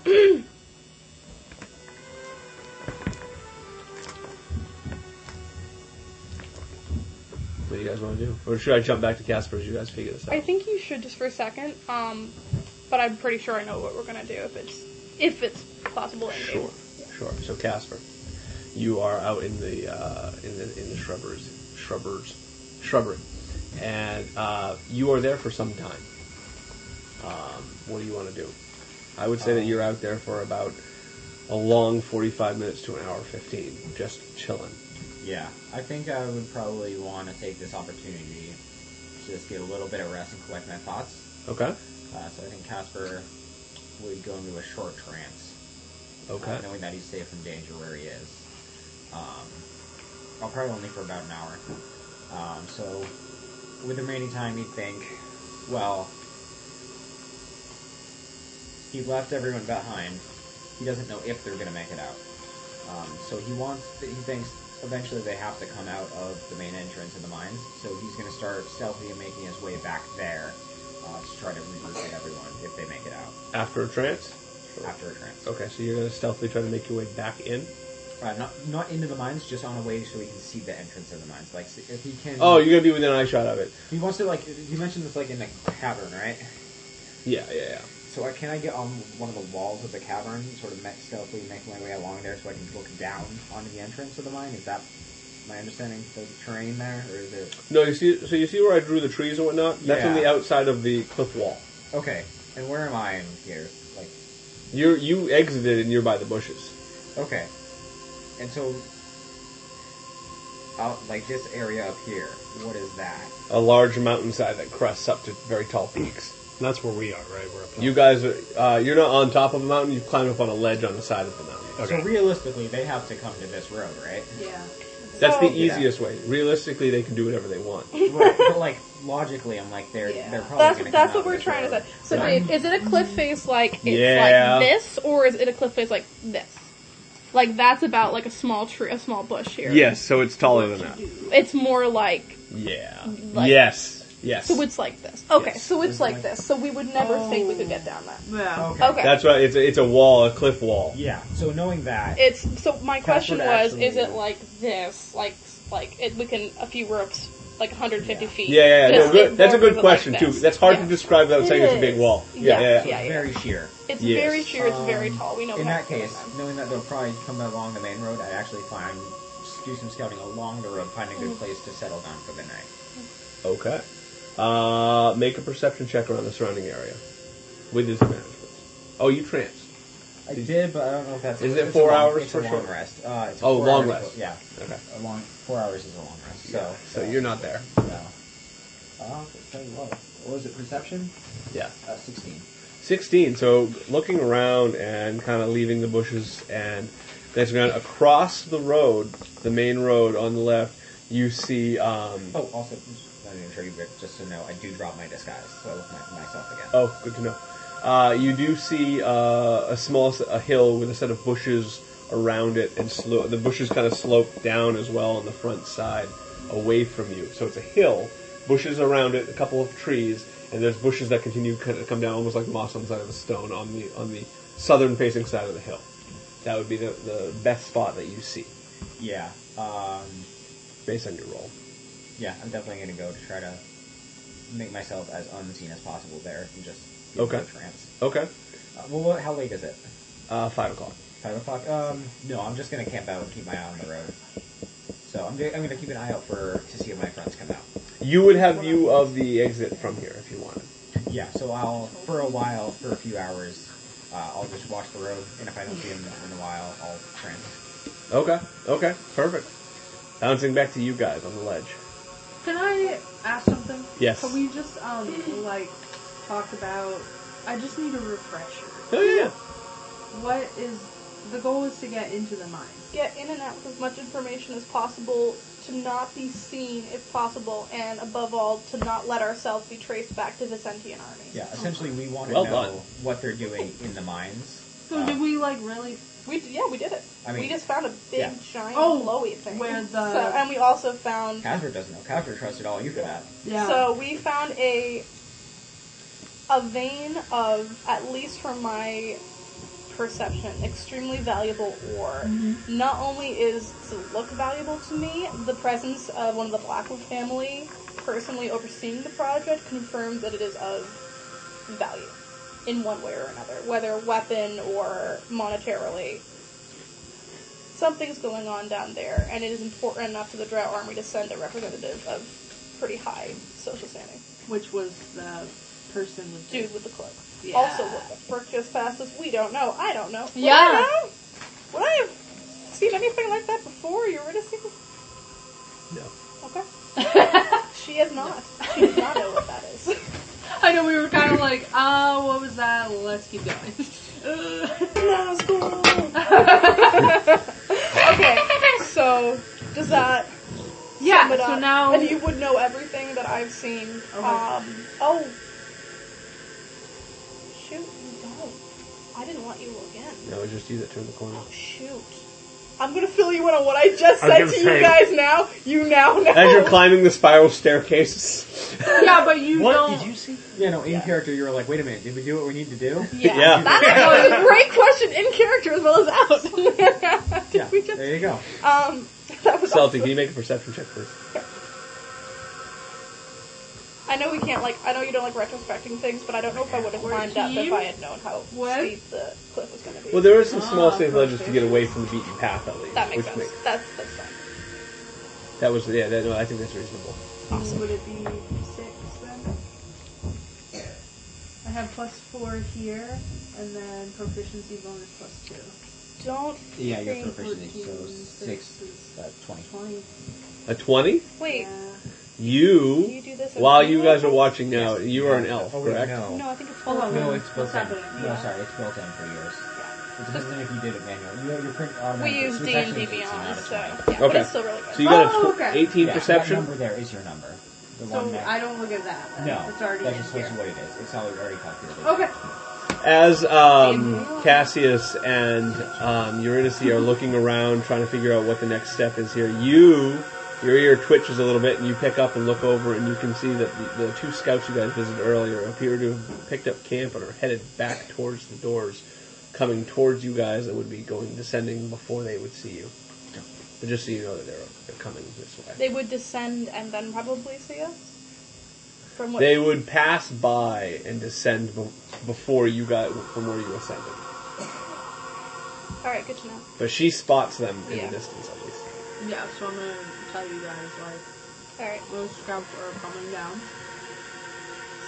Speaker 1: What do you guys want to do? Or should I jump back to Casper as you guys figure this out?
Speaker 2: I think you should just for a second. Um, but I'm pretty sure I know what we're gonna do if it's if it's possible. in game.
Speaker 1: Sure, sure. So Casper, you are out in the uh, in the in the shrubberies, shrubbers, shrubbery, and uh, you are there for some time. Um, what do you want to do? I would say
Speaker 2: Uh,
Speaker 1: that you're out there for about a long 45 minutes to an hour 15, just chilling.
Speaker 4: Yeah, I think I would probably want to take this opportunity to just get a little bit of rest and collect my thoughts.
Speaker 1: Okay.
Speaker 4: Uh, so I think Casper would go into a short trance, uh,
Speaker 1: Okay.
Speaker 4: knowing that he's safe from danger where he is. Um, I'll probably only for about an hour. Um, so with the remaining time, he'd think, well, he left everyone behind. He doesn't know if they're going to make it out. Um, so he wants, he thinks eventually they have to come out of the main entrance of the mines. So he's going to start stealthily making his way back there uh, to try to regroup everyone if they make it out
Speaker 1: After a trance.
Speaker 4: after a trance.
Speaker 1: Okay, so you're gonna stealthily try to make your way back in.
Speaker 4: Uh, not not into the mines, just on a way so he can see the entrance of the mines. Like see- if he can.
Speaker 1: Oh, you're gonna be within eyeshot of it.
Speaker 4: He wants to like. You mentioned this like in a cavern, right?
Speaker 1: Yeah, yeah, yeah.
Speaker 4: So I, can I get on one of the walls of the cavern, sort of me- stealthily make my way along there, so I can look down onto the entrance of the mine? Is that my understanding? of The terrain there, or is it
Speaker 1: No, you see, so you see where I drew the trees and whatnot. That's on
Speaker 4: Yeah.
Speaker 1: the outside of the cliff wall.
Speaker 4: okay? And where am I in here? Like
Speaker 1: You you exited and you're by the bushes.
Speaker 4: okay, and so out like this area up here. What is that?
Speaker 1: A large mountainside that crests up to very tall peaks.
Speaker 5: That's where we are, right? We're up.
Speaker 1: You guys are uh, you're not on top of a mountain. You've climbed up on a ledge on the side of the mountain.
Speaker 5: Okay.
Speaker 4: So realistically, they have to come to this road, right?
Speaker 3: Yeah.
Speaker 1: That's the
Speaker 2: So-
Speaker 4: Yeah.
Speaker 1: easiest way. Realistically, they can do whatever they want.
Speaker 4: right, but like logically, I'm like they're
Speaker 3: Yeah.
Speaker 4: they're probably
Speaker 2: That's
Speaker 4: gonna
Speaker 2: that's
Speaker 4: come
Speaker 2: what
Speaker 4: out
Speaker 2: we're
Speaker 4: this
Speaker 2: trying to
Speaker 4: road.
Speaker 2: say. So
Speaker 4: Yeah.
Speaker 2: Dave, is it a cliff face like it's
Speaker 1: Yeah.
Speaker 2: like this, or is it a cliff face like this? Like that's about like a small tree, a small bush here.
Speaker 1: so it's taller than that.
Speaker 2: It's more like
Speaker 1: Yeah.
Speaker 2: Like-
Speaker 1: yes. Yes.
Speaker 2: so it's like this. Okay,
Speaker 1: Yes.
Speaker 2: so it's like
Speaker 4: Like-
Speaker 2: this. So we would never think we could get down that.
Speaker 3: Yeah.
Speaker 4: Okay.
Speaker 2: Okay.
Speaker 1: That's right. It's a, it's a wall, a cliff wall.
Speaker 4: Yeah. So knowing that,
Speaker 2: It's so my question
Speaker 4: what
Speaker 2: was:
Speaker 4: actually-
Speaker 2: Is it like this? Like like it, we can a few ropes like 150
Speaker 4: Yeah.
Speaker 2: feet?
Speaker 1: Yeah, yeah, yeah.
Speaker 2: Because
Speaker 1: No, good.
Speaker 2: it
Speaker 1: That's a
Speaker 2: borders
Speaker 1: good
Speaker 2: it
Speaker 1: question
Speaker 2: like
Speaker 1: too.
Speaker 2: this.
Speaker 1: That's hard
Speaker 2: Yeah.
Speaker 1: to describe without
Speaker 2: It
Speaker 1: saying it's a big
Speaker 2: is.
Speaker 1: wall. Yeah, yeah. yeah.
Speaker 2: Yeah,
Speaker 4: it's
Speaker 2: yeah.
Speaker 4: very sheer.
Speaker 2: It's
Speaker 1: Yes.
Speaker 2: very sheer. It's very
Speaker 4: Um,
Speaker 2: tall. We know.
Speaker 4: In
Speaker 2: we're
Speaker 4: that
Speaker 2: not gonna
Speaker 4: case,
Speaker 2: get them.
Speaker 4: knowing that they'll probably come along the main road, I'd actually find do some scouting along the road, find a
Speaker 2: Mm-hmm.
Speaker 4: good place to settle down for the night.
Speaker 1: Okay. Uh, make a perception check around the surrounding area with disadvantage. Oh, you trance.
Speaker 4: I did, but I don't know if that's.
Speaker 1: Is it
Speaker 4: it's
Speaker 1: four
Speaker 4: a long,
Speaker 1: hours
Speaker 4: It's
Speaker 1: for
Speaker 4: a long
Speaker 1: sure?
Speaker 4: rest. Uh, it's a
Speaker 1: Oh,
Speaker 4: four
Speaker 1: long
Speaker 4: hours-
Speaker 1: rest.
Speaker 4: Yeah,
Speaker 1: Okay.
Speaker 4: a long four hours is a long rest. So,
Speaker 1: So you're not there.
Speaker 4: No. Uh, tell you what, what was it? Perception.
Speaker 1: Yeah.
Speaker 4: Uh, Sixteen.
Speaker 1: 16. So looking around and kind of leaving the bushes and glancing around across the road, the main road on the left, you see. Um,
Speaker 4: Oh, also, I'm not even sure you but just to know, I do drop my disguise, so I look my, myself again.
Speaker 1: oh, good to know. Uh, you do see uh, a small s- a hill with a set of bushes around it, and slo- the bushes kind of slope down as well on the front side, away from you. So it's a hill, bushes around it, a couple of trees, and there's bushes that continue kind of come down almost like moss on the side of a stone on the on the southern facing side of the hill. That would be the, the best spot that you see
Speaker 4: Yeah. Um,
Speaker 1: based on your roll.
Speaker 4: yeah, I'm definitely gonna go to try to make myself as unseen as possible there and just
Speaker 1: Okay.
Speaker 4: the trance.
Speaker 1: Okay,
Speaker 4: Uh, well, what, how late is it?
Speaker 1: uh, five o'clock.
Speaker 4: Five o'clock. Um, no, I'm just gonna camp out and keep my eye on the road. So I'm, gonna- I'm gonna keep an eye out for to see if my friends come out.
Speaker 1: You would have view of the exit from here if you wanted.
Speaker 4: Yeah, so I'll for a while, for a few hours, uh, I'll just watch the road, and if I don't see them in a while, I'll trance.
Speaker 1: Okay. Okay. Perfect. Bouncing back to you guys on the ledge.
Speaker 3: Can I ask something?
Speaker 1: Yes.
Speaker 3: Can we just um like talk about? I just need a refresher.
Speaker 1: Oh yeah.
Speaker 3: What is the goal? Is to get into the mine.
Speaker 2: get in and out with as much information as possible to not be seen if possible and above all to not let ourselves be traced back to the sentient army
Speaker 4: Yeah, essentially, we want to
Speaker 1: Well
Speaker 4: know
Speaker 1: done.
Speaker 4: what they're doing in the mines.
Speaker 3: So
Speaker 4: Uh,
Speaker 3: did we like really?
Speaker 2: we d- yeah we did it
Speaker 4: I mean-
Speaker 2: we just found a big
Speaker 4: Yeah.
Speaker 2: giant
Speaker 3: Oh,
Speaker 2: glowy thing
Speaker 3: where the-
Speaker 2: so, and we also found
Speaker 4: Casper doesn't know. Casper trusted all you for that.
Speaker 3: Yeah.
Speaker 2: so we found a a vein of at least from my perception extremely valuable ore. Not only is does it look valuable to me, the presence of one of the Blackwood family personally overseeing the project confirms that it is of value in one way or another, whether weapon or monetarily. Something's going on down there, and it is important enough to the Drow Army to send a representative of pretty high social standing
Speaker 3: Which was the person with the-
Speaker 2: dude with the cloak.
Speaker 3: Yeah.
Speaker 2: Also, what the frick just passed us? We don't know. I don't know. Would
Speaker 6: Yeah.
Speaker 2: I know? Would I have seen anything like that before? You're ready
Speaker 1: No.
Speaker 2: Okay. she has not. She does not know what that is.
Speaker 6: I know we were kind of like,
Speaker 3: "Ah,
Speaker 6: oh, what was that? Let's keep going.
Speaker 2: Nazgul. okay. So does that sum
Speaker 6: yeah.
Speaker 2: it
Speaker 6: So
Speaker 2: up?
Speaker 6: now,
Speaker 2: and you would know everything that I've seen.
Speaker 3: Okay.
Speaker 2: Um. Oh. Shoot, you don't. I didn't want you again.
Speaker 1: No, just you that turned the corner.
Speaker 2: Shoot. I'm gonna fill you in on what I just
Speaker 1: I was
Speaker 2: said to
Speaker 1: gonna
Speaker 2: you
Speaker 1: say-
Speaker 2: guys now. You now know.
Speaker 1: As you're climbing the spiral staircase.
Speaker 6: yeah, but you
Speaker 5: What
Speaker 6: don't.
Speaker 5: did you see?
Speaker 4: Yeah, no, in character, you were like, wait a minute, did we do what we need to do?
Speaker 6: Yeah.
Speaker 2: That's actually a great question in character as well as out. Did
Speaker 4: yeah,
Speaker 2: we just
Speaker 4: there you go.
Speaker 2: um that was
Speaker 1: Salty,
Speaker 2: awesome.
Speaker 1: can you make a perception check, please?
Speaker 2: I know we can't like I know you don't like retrospecting things, but I don't know if I would have climbed up if
Speaker 6: team?
Speaker 2: I had known how
Speaker 6: What?
Speaker 2: steep the cliff was gonna be.
Speaker 1: Well, there are some small
Speaker 3: Ah,
Speaker 1: save ledges to
Speaker 3: okay.
Speaker 1: get away from the beaten path, at least.
Speaker 2: that makes
Speaker 1: which
Speaker 2: sense.
Speaker 1: Makes,
Speaker 2: That's that's fine.
Speaker 1: that was, yeah, that, no, I think that's reasonable.
Speaker 3: Would it be six then? I have plus four here, and then proficiency bonus plus two.
Speaker 2: Don't
Speaker 4: Yeah, your
Speaker 2: think-
Speaker 4: proficiency, so
Speaker 3: Fourteen,
Speaker 4: six,
Speaker 3: six.
Speaker 4: uh, twenty.
Speaker 3: Twenty.
Speaker 1: A 20?
Speaker 2: wait.
Speaker 3: Yeah.
Speaker 2: You
Speaker 1: You,
Speaker 2: do this
Speaker 1: while
Speaker 2: and-
Speaker 1: you guys are watching now, you are an elf,
Speaker 4: Oh, wait,
Speaker 1: correct?
Speaker 4: no.
Speaker 2: No, I think it's
Speaker 3: Hold on,
Speaker 4: No,
Speaker 3: wait,
Speaker 4: it's built
Speaker 3: what's
Speaker 4: in.
Speaker 3: happening?
Speaker 4: No,
Speaker 2: Yeah.
Speaker 4: sorry, it's built in for yours. It depends on if you did it manually. You have your print
Speaker 2: we
Speaker 4: automatic.
Speaker 2: use
Speaker 4: It's
Speaker 2: D and
Speaker 4: actually
Speaker 2: D
Speaker 4: an 18,
Speaker 2: Beyond,
Speaker 4: not a
Speaker 2: so
Speaker 4: 20.
Speaker 2: yeah,
Speaker 4: Yeah,
Speaker 2: but
Speaker 1: Okay.
Speaker 2: it's still really good.
Speaker 1: So you got a
Speaker 3: Oh,
Speaker 1: tw-
Speaker 3: okay.
Speaker 1: 18
Speaker 4: that
Speaker 1: perception?
Speaker 4: number there is your number. The one
Speaker 3: So
Speaker 4: that,
Speaker 3: I don't look at that. Then.
Speaker 4: No,
Speaker 3: it's already
Speaker 4: that's
Speaker 3: in
Speaker 4: just
Speaker 3: here.
Speaker 4: what it is. It's already already calculated.
Speaker 3: Okay.
Speaker 1: As um, Cassius and um, Eurydice are looking around, trying to figure out what the next step is here, you, your ear twitches a little bit, and you pick up and look over, and you can see that the, the two scouts you guys visited earlier appear to have picked up camp and are headed back towards the doors, coming towards you guys and would be going descending before they would see you. But just so you know that they're, they're coming this way.
Speaker 2: They would descend and then probably see us. From what
Speaker 1: They would pass by and descend be- before you got from where you ascended.
Speaker 2: All right, good to know.
Speaker 1: But she spots them in
Speaker 2: Yeah.
Speaker 1: the distance at least.
Speaker 3: Yeah, so I'm gonna tell you guys like
Speaker 2: All right,
Speaker 3: those scouts are coming down.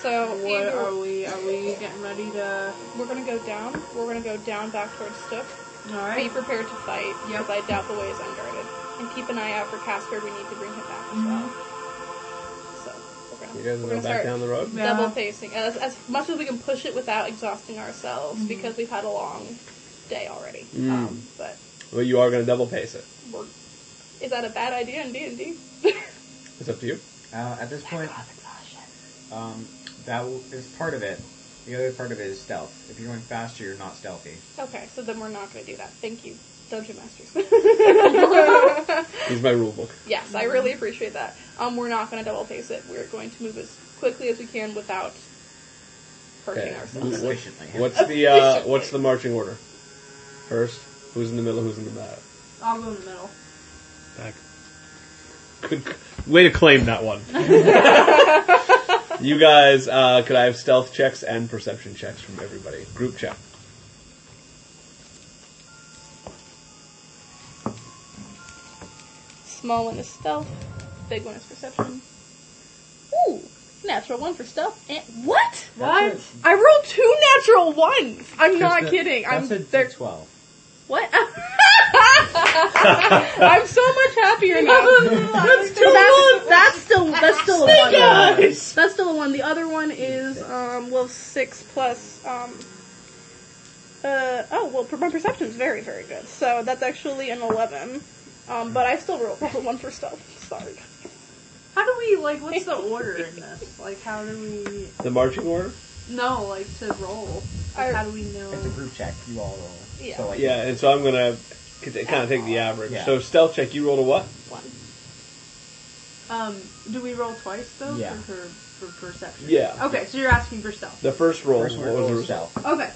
Speaker 2: so
Speaker 3: What
Speaker 2: either-
Speaker 3: are we? Are we getting ready to?
Speaker 2: we're gonna go down. We're gonna go down back towards Stook.
Speaker 3: All
Speaker 2: Be
Speaker 3: right.
Speaker 2: prepared to fight because
Speaker 3: Yep.
Speaker 2: I doubt the way is unguarded. And keep an eye out for Casper. We need to bring him back
Speaker 3: Mm-hmm.
Speaker 2: as well. So we're
Speaker 1: You
Speaker 2: gonna,
Speaker 1: guys
Speaker 2: we're
Speaker 1: will
Speaker 2: gonna
Speaker 1: go back
Speaker 2: start
Speaker 1: down the road?
Speaker 3: Yeah.
Speaker 2: double pacing as, as much as we can push it without exhausting ourselves
Speaker 3: Mm-hmm.
Speaker 2: because we've had a long day already.
Speaker 1: Mm.
Speaker 2: Um, but
Speaker 1: Well, you are going to double pace it.
Speaker 2: we're, is that a bad idea in D and D?
Speaker 1: It's up to you.
Speaker 4: Uh, at this point, um, that w- is part of it. The other part of it is stealth. If you're going faster, you're not stealthy.
Speaker 2: Okay, so then we're not going to do that. Thank you, Dungeon Masters.
Speaker 1: Use my rule book.
Speaker 2: yes, I really appreciate that. Um, we're not going to double pace it. We're going to move as quickly as we can without hurting
Speaker 1: Okay.
Speaker 4: Mm.
Speaker 2: ourselves.
Speaker 1: What-
Speaker 4: Efficiently.
Speaker 1: What's the uh, what's the marching order? First, who's in the middle? Who's in the back?
Speaker 3: I'll go in the middle.
Speaker 5: Back.
Speaker 1: Good way to claim that one. you guys, uh, could I have stealth checks and perception checks from everybody? Group check.
Speaker 2: Small one is stealth, big one is perception. Ooh, natural one for stealth. And what?
Speaker 4: What?
Speaker 2: I rolled two natural ones. I'm not
Speaker 4: That's a-
Speaker 2: kidding. I'm
Speaker 4: That's a
Speaker 2: they're-
Speaker 4: twelve.
Speaker 2: what? I'm so much happier now.
Speaker 3: That's
Speaker 2: that's, that's still that's still a one.
Speaker 1: guys!
Speaker 2: That's still a one. The other one is um well six plus um uh oh well per- my perception's very very good so that's actually an eleven um but I still roll roll one for stealth sorry
Speaker 3: How do we like? What's the order in this? Like, how do we?
Speaker 1: The marching order?
Speaker 3: No, like to roll. Like,
Speaker 2: I-
Speaker 3: how do we know?
Speaker 4: It's a group check. You all roll.
Speaker 2: Yeah.
Speaker 4: So like,
Speaker 1: Yeah, and so I'm gonna kind of take the average.
Speaker 4: Yeah.
Speaker 1: So stealth check. You rolled a what?
Speaker 2: one
Speaker 3: Um, do we roll twice though?
Speaker 4: Yeah.
Speaker 3: For, for, for perception.
Speaker 1: Yeah.
Speaker 3: Okay, so you're asking for stealth.
Speaker 1: The first roll.
Speaker 4: First one
Speaker 1: what was
Speaker 4: rolls
Speaker 1: the result?
Speaker 4: stealth.
Speaker 3: Okay.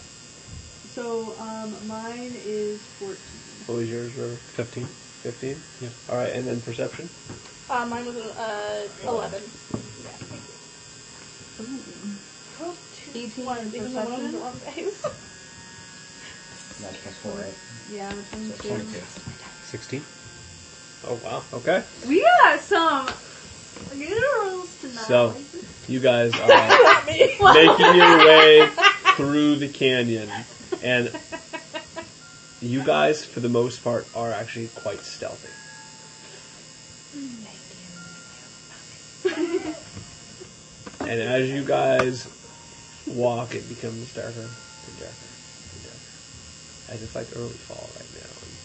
Speaker 3: So um, mine is 14.
Speaker 1: What was yours, River? 15. 15?
Speaker 5: Yeah.
Speaker 1: All right, and then perception?
Speaker 2: Uh, mine was uh, 11. Oh, two
Speaker 6: 18
Speaker 2: ones, even though one of them's the wrong face.
Speaker 4: That's plus four, right?
Speaker 3: Yeah, I'm
Speaker 4: So 22.
Speaker 5: 16?
Speaker 1: Oh, wow. Okay.
Speaker 6: We got some girls tonight.
Speaker 1: So, you guys are
Speaker 2: Not me.
Speaker 1: making your way through the canyon. And you guys, for the most part, are actually quite stealthy. And as you guys walk, it becomes darker and darker and darker. As it's like early fall right now. And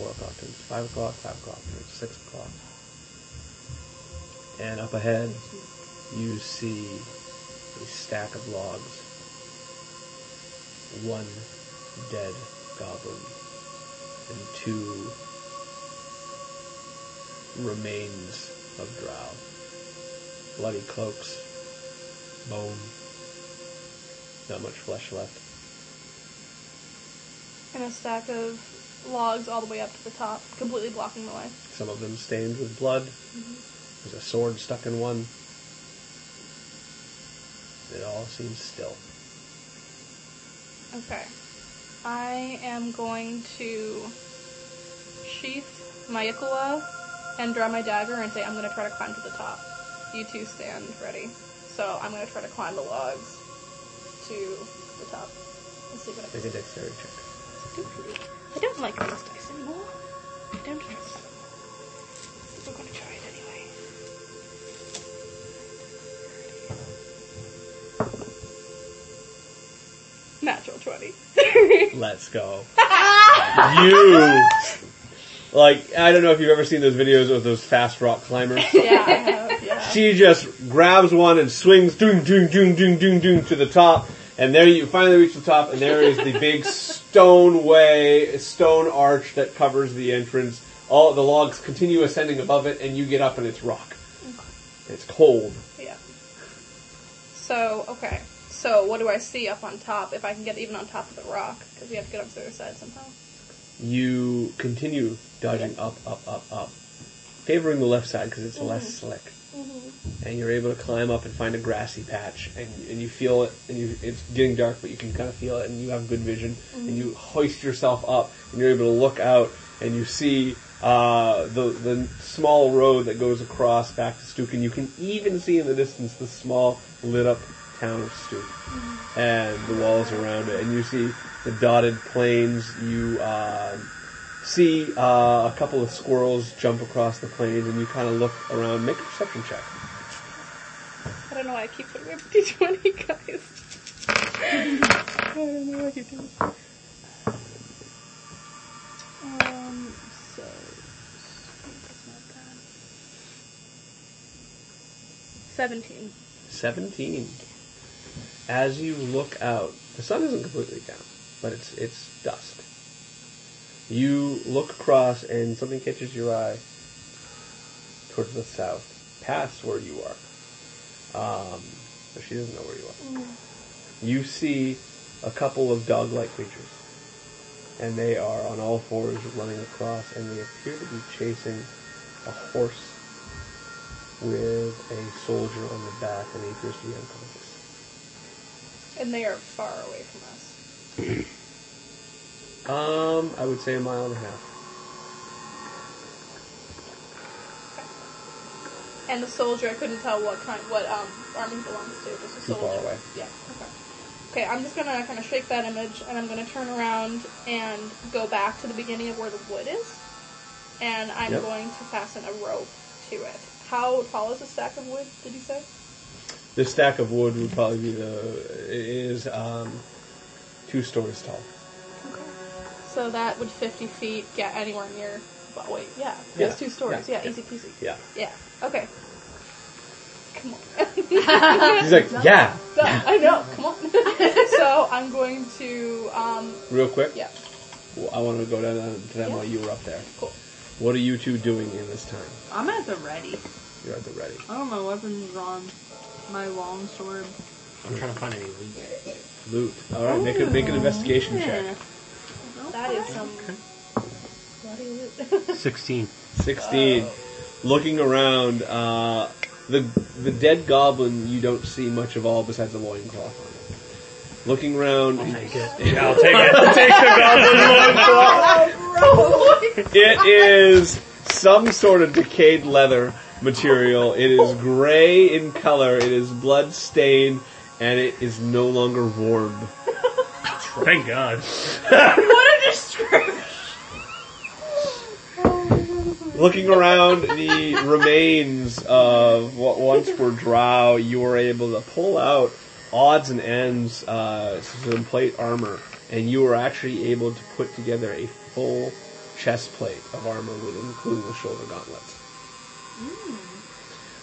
Speaker 1: Four o'clock turns to five o'clock, five o'clock turns to six o'clock. And up ahead, you see a stack of logs. One dead goblin and two remains of drow bloody cloaks, bone, not much flesh left.
Speaker 2: And a stack of logs all the way up to the top, completely blocking the way.
Speaker 1: Some of them stained with blood. There's a sword stuck in one. It all seems still.
Speaker 2: Okay. I am going to sheath my Ikala and draw my dagger and say I'm going to try to climb to the top. You two stand ready. So I'm going to try to climb the logs to the top. Let's see what
Speaker 1: Make
Speaker 2: I
Speaker 1: a
Speaker 2: can
Speaker 1: dexterity check.
Speaker 2: do. I don't like these dice anymore. I don't trust them. We're going to try it anyway. Natural 20.
Speaker 1: Let's go. you! Like, I don't know if you've ever seen those videos of those fast rock climbers.
Speaker 2: yeah, I have, yeah.
Speaker 1: She just grabs one and swings doom doom doom doom doom doom to the top, and there you finally reach the top, and there is the big stone way, stone arch that covers the entrance. All the logs continue ascending above it, and you get up, and it's rock. It's cold.
Speaker 2: Yeah. So, okay. So, what do I see up on top if I can get even on top of the rock? Because we have to get up to the other side somehow.
Speaker 1: You continue dodging up, up, up, up, favoring the left side because it's less
Speaker 2: Mm-hmm.
Speaker 1: slick. And you're able to climb up and find a grassy patch, and, and you feel it, and you, it's getting dark, but you can kind of feel it, and you have good vision, and you hoist yourself up, and you're able to look out, and you see uh, the the small road that goes across back to Stuke, and you can even see in the distance the small lit up town of Stuke and the walls around it, and you see the dotted plains. You uh, see uh, a couple of squirrels jump across the plains, and you kind of look around. Make a perception check.
Speaker 2: I don't know why I keep putting up D20, guys. I don't know why I keep doing this. Um, so. Seventeen.
Speaker 1: Seventeen. As you look out, the sun isn't completely down, but it's it's dusk. You look across, and something catches your eye towards the south, past where you are. Um, but she doesn't know where you are. You see a couple of dog-like creatures, and they are on all fours running across, and they appear to be chasing a horse with a soldier on the back, and he appears to be unconscious.
Speaker 2: And they are far away from us.
Speaker 1: Um, I would say a mile and a half.
Speaker 2: And the soldier, I couldn't tell what kind, what um, army he belongs to. Just a
Speaker 1: Too
Speaker 2: soldier.
Speaker 1: far away.
Speaker 2: Yeah. Okay. Okay, I'm just gonna kind of shake that image, and I'm gonna turn around and go back to the beginning of where the wood is, and I'm
Speaker 1: Yep.
Speaker 2: going to fasten a rope to it. How tall is a stack of wood? Did you say?
Speaker 1: This stack of wood would probably be the it is um two stories tall.
Speaker 2: Okay. So that would 50 feet get anywhere near. But wait, yeah,
Speaker 1: Yeah.
Speaker 2: it's two stories.
Speaker 1: Yeah.
Speaker 2: Yeah, easy peasy.
Speaker 1: Yeah.
Speaker 2: Yeah. Okay. Come on.
Speaker 1: He's like, yeah,
Speaker 2: So, I know. Come on. so I'm going to um
Speaker 1: real quick.
Speaker 2: yeah.
Speaker 1: Well, I want to go down to them
Speaker 2: Yeah.
Speaker 1: while you were up there.
Speaker 2: Cool.
Speaker 1: What are you two doing in this time?
Speaker 3: I'm at the ready.
Speaker 1: You're at the ready.
Speaker 3: I don't know, weapons on my long sword.
Speaker 5: I'm trying to find any loot.
Speaker 1: Loot. All right, make a make
Speaker 2: Oh,
Speaker 1: an investigation
Speaker 3: Eh.
Speaker 1: check.
Speaker 2: That is some bloody loot.
Speaker 5: 16.
Speaker 1: 16. Looking around, uh, the the dead goblin you don't see much of all besides a loincloth on it. Looking around, yeah, I'll take it. Take the goblin loincloth. It is some sort of decayed leather material. It is gray in color. It is blood stained, and it is no longer warm.
Speaker 5: Thank God.
Speaker 2: what a description!
Speaker 1: Looking around the remains of what once were drow, you were able to pull out odds and ends, uh, some plate armor, and you were actually able to put together a full chest plate of armor, with, including the shoulder gauntlets.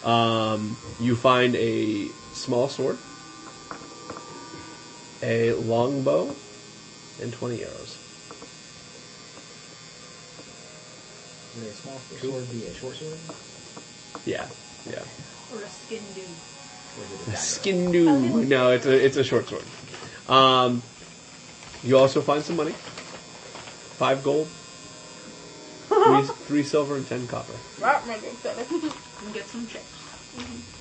Speaker 1: Um, you find a small sword, a longbow, and 20 arrows.
Speaker 4: Is it a small sword be a short sword?
Speaker 1: Yeah, yeah.
Speaker 3: Or a skin dude.
Speaker 4: Or is it a dagger?
Speaker 1: Skin new. No, it's a it's a short sword. Um, you also find some money. Five gold, three, three silver, and ten copper.
Speaker 2: That might be exciting.
Speaker 3: And get some chips.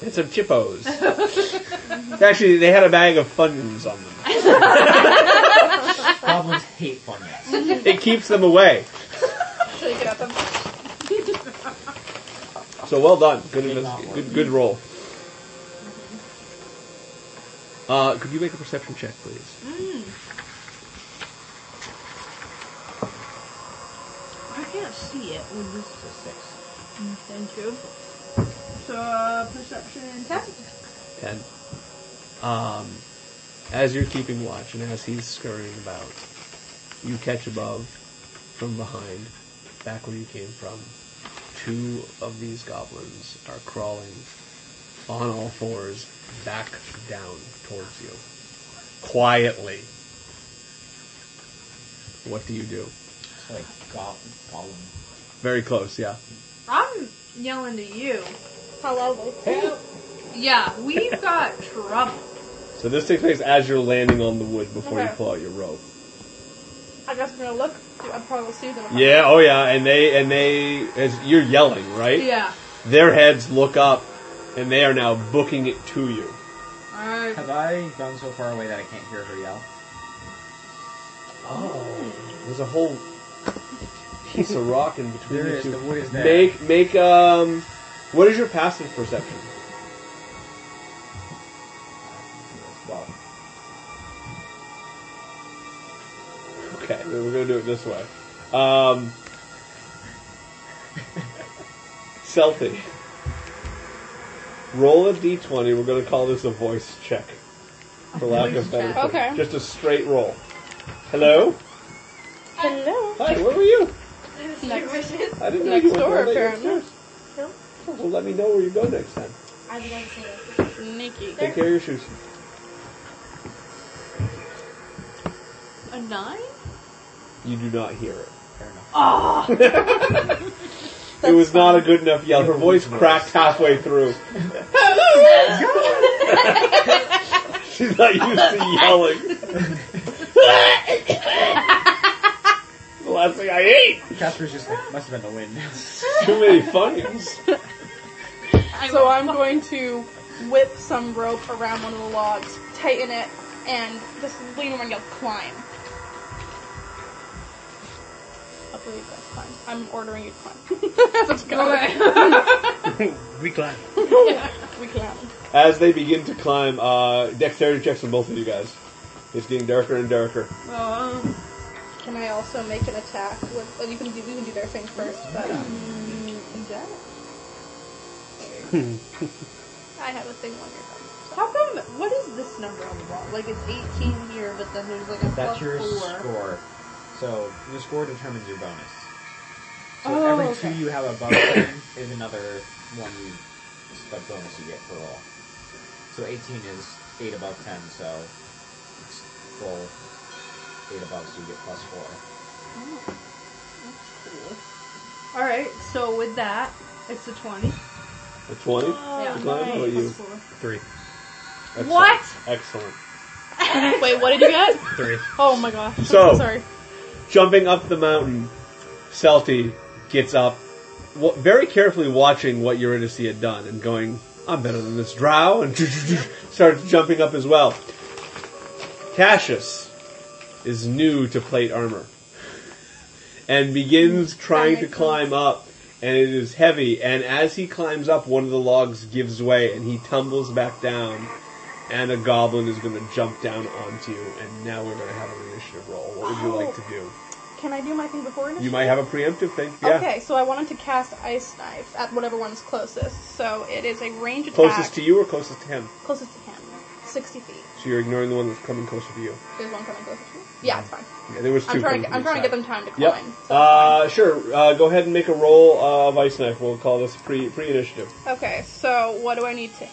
Speaker 1: And some chippos. Actually, they had a bag of funyuns on them.
Speaker 4: Goblins hate funyuns.
Speaker 1: It keeps them away.
Speaker 2: Should I get out the
Speaker 1: So well done. Good
Speaker 4: Did not
Speaker 1: investi-
Speaker 4: work.
Speaker 1: good, good roll. Uh, could you make a perception check, please?
Speaker 3: I can't see it with this
Speaker 4: So six.
Speaker 3: thing too. So uh, perception test.
Speaker 1: Ten. Um, as you're keeping watch and as he's scurrying about, you catch above, from behind, back where you came from, two of these goblins are crawling on all fours back down towards you. Quietly. What do you do?
Speaker 4: It's like go- goblin.
Speaker 1: Very close, yeah.
Speaker 6: I'm yelling to you.
Speaker 2: Hello.
Speaker 6: Yeah, we've got trouble.
Speaker 1: So this takes place as you're landing on the wood before you
Speaker 2: Okay.
Speaker 1: pull out your rope.
Speaker 2: I guess I'm gonna look. I probably see them.
Speaker 1: Yeah, oh yeah, and they and they as you're yelling, right?
Speaker 6: Yeah.
Speaker 1: Their heads look up, and they are now booking it to you.
Speaker 6: Alright.
Speaker 4: Have I gone so far away that I can't hear her yell?
Speaker 1: Oh, there's a whole piece of rock in between
Speaker 4: There
Speaker 1: you
Speaker 4: is,
Speaker 1: two.
Speaker 4: the wood is there.
Speaker 1: Make make um, what is your passive perception?
Speaker 4: Well,
Speaker 1: Okay, then we're gonna do it this way. Um, selfie. Roll a d20. We're gonna call this a voice check, for lack of better. term.
Speaker 2: Okay.
Speaker 1: Just a straight roll. Hello.
Speaker 2: Hello.
Speaker 1: Hi. Where were you?
Speaker 2: Next.
Speaker 1: I didn't
Speaker 2: Next
Speaker 1: know you were
Speaker 2: door,
Speaker 1: going that
Speaker 2: apparently.
Speaker 1: upstairs. Well, let me know where you go next time.
Speaker 7: I'd love to.
Speaker 2: Nikki.
Speaker 1: Take care of your shoes.
Speaker 6: A nine?
Speaker 1: You do not hear it.
Speaker 4: fair enough.
Speaker 1: it was not a good enough yell. Her voice cracked halfway through. She's not used to yelling. the last thing I ate.
Speaker 4: Casper's just like, must have been the wind.
Speaker 1: Too many funyuns.
Speaker 2: So I'm going to whip some rope around one of the logs, tighten it, and just lean over and yell, climb. I believe that's climb. I'm ordering you to climb. Let's go.
Speaker 5: we glad.
Speaker 6: Um,
Speaker 2: We climb.
Speaker 1: As they begin to climb, uh, dexterity checks from both of you guys. It's getting darker and darker.
Speaker 6: Um,
Speaker 2: Can I also make an attack with, well, you can do, you can do their thing first, but, um, I have a thing on your phone.
Speaker 6: how come, what is this number on the wall? Like it's 18 here, but then there's like a
Speaker 4: That's
Speaker 6: plus
Speaker 4: your
Speaker 6: four.
Speaker 4: score. So your score determines your bonus. So
Speaker 2: Oh,
Speaker 4: every
Speaker 2: okay.
Speaker 4: two you have above ten is another one you the bonus you get per roll. So eighteen is eight above ten, so it's roll eight above, so you get plus four.
Speaker 6: Oh. Alright, so with that, it's a Um, 20.
Speaker 1: A 20?
Speaker 6: yeah.
Speaker 1: Glenn, what are you?
Speaker 6: Plus four.
Speaker 5: Three.
Speaker 1: Excellent.
Speaker 6: What?
Speaker 1: Excellent.
Speaker 2: Wait, what did you get?
Speaker 5: Three.
Speaker 2: Oh my gosh. I'm
Speaker 1: So-
Speaker 2: sorry.
Speaker 1: Jumping up the mountain, Selty gets up, wa very carefully watching what Eurydice had done and going, I'm better than this drow, and starts jumping up as well. Cassius is new to plate armor and begins trying to
Speaker 6: makes
Speaker 1: climb up, and it is heavy, and as he climbs up, one of the logs gives way and he tumbles back down. And a goblin is going to jump down onto you, and now we're going to have an initiative roll. What would you like to do?
Speaker 2: Can I do my thing before initiative?
Speaker 1: You might have a preemptive thing. Yeah.
Speaker 2: Okay, so I wanted to cast Ice Knife at whatever one's closest. So it is a range attack.
Speaker 1: Closest to you or closest to him?
Speaker 2: Closest to him. 60 feet.
Speaker 1: So you're ignoring the one that's coming closer to you.
Speaker 2: There's one coming closer to me. Yeah, it's fine.
Speaker 1: Yeah, there was 2
Speaker 2: I'm trying,
Speaker 1: coming
Speaker 2: to get, I'm trying to get
Speaker 1: from
Speaker 2: them time to
Speaker 1: each side.
Speaker 2: climb.
Speaker 1: Yep.
Speaker 2: so
Speaker 1: uh, sure. Uh, go ahead and make a roll uh, of ice knife. We'll call this pre pre initiative.
Speaker 2: Okay, so what do I need to?